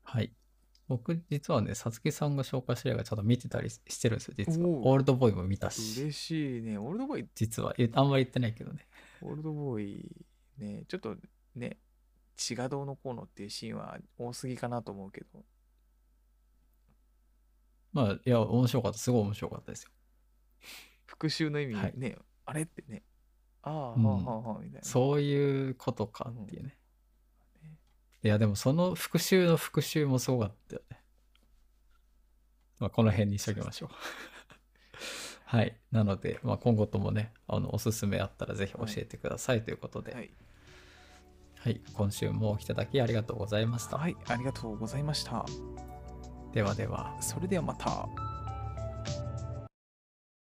はい。僕、実はね、さつきさんが紹介した映画ちょっと見てたりしてるんですよ、実は。
おう
オールドボーイも見たし、
嬉しいね。オールドボーイ、
実は。えあんまり言ってないけどね。
オールドボーイ、ね、ちょっとね、血がどうのこうのっていうシーンは多すぎかなと思うけど、
まあ、いや、面白かった。すごい面白かったですよ。
復讐の意味
はい
ね、あれってね、ああ、
うん
はあはあはあ、みたいな。
そういうことかっていうね。いや、でもその復習の復習もすごかったよね。まあ、この辺にしときましょう。はい。なので、まあ、今後ともね、あの、おすすめあったらぜひ教えてくださいということで、は、
はいい、
今週もお聞きいただきありがとうございました。
はい、ありがとうございました。
ではでは。
それではまた。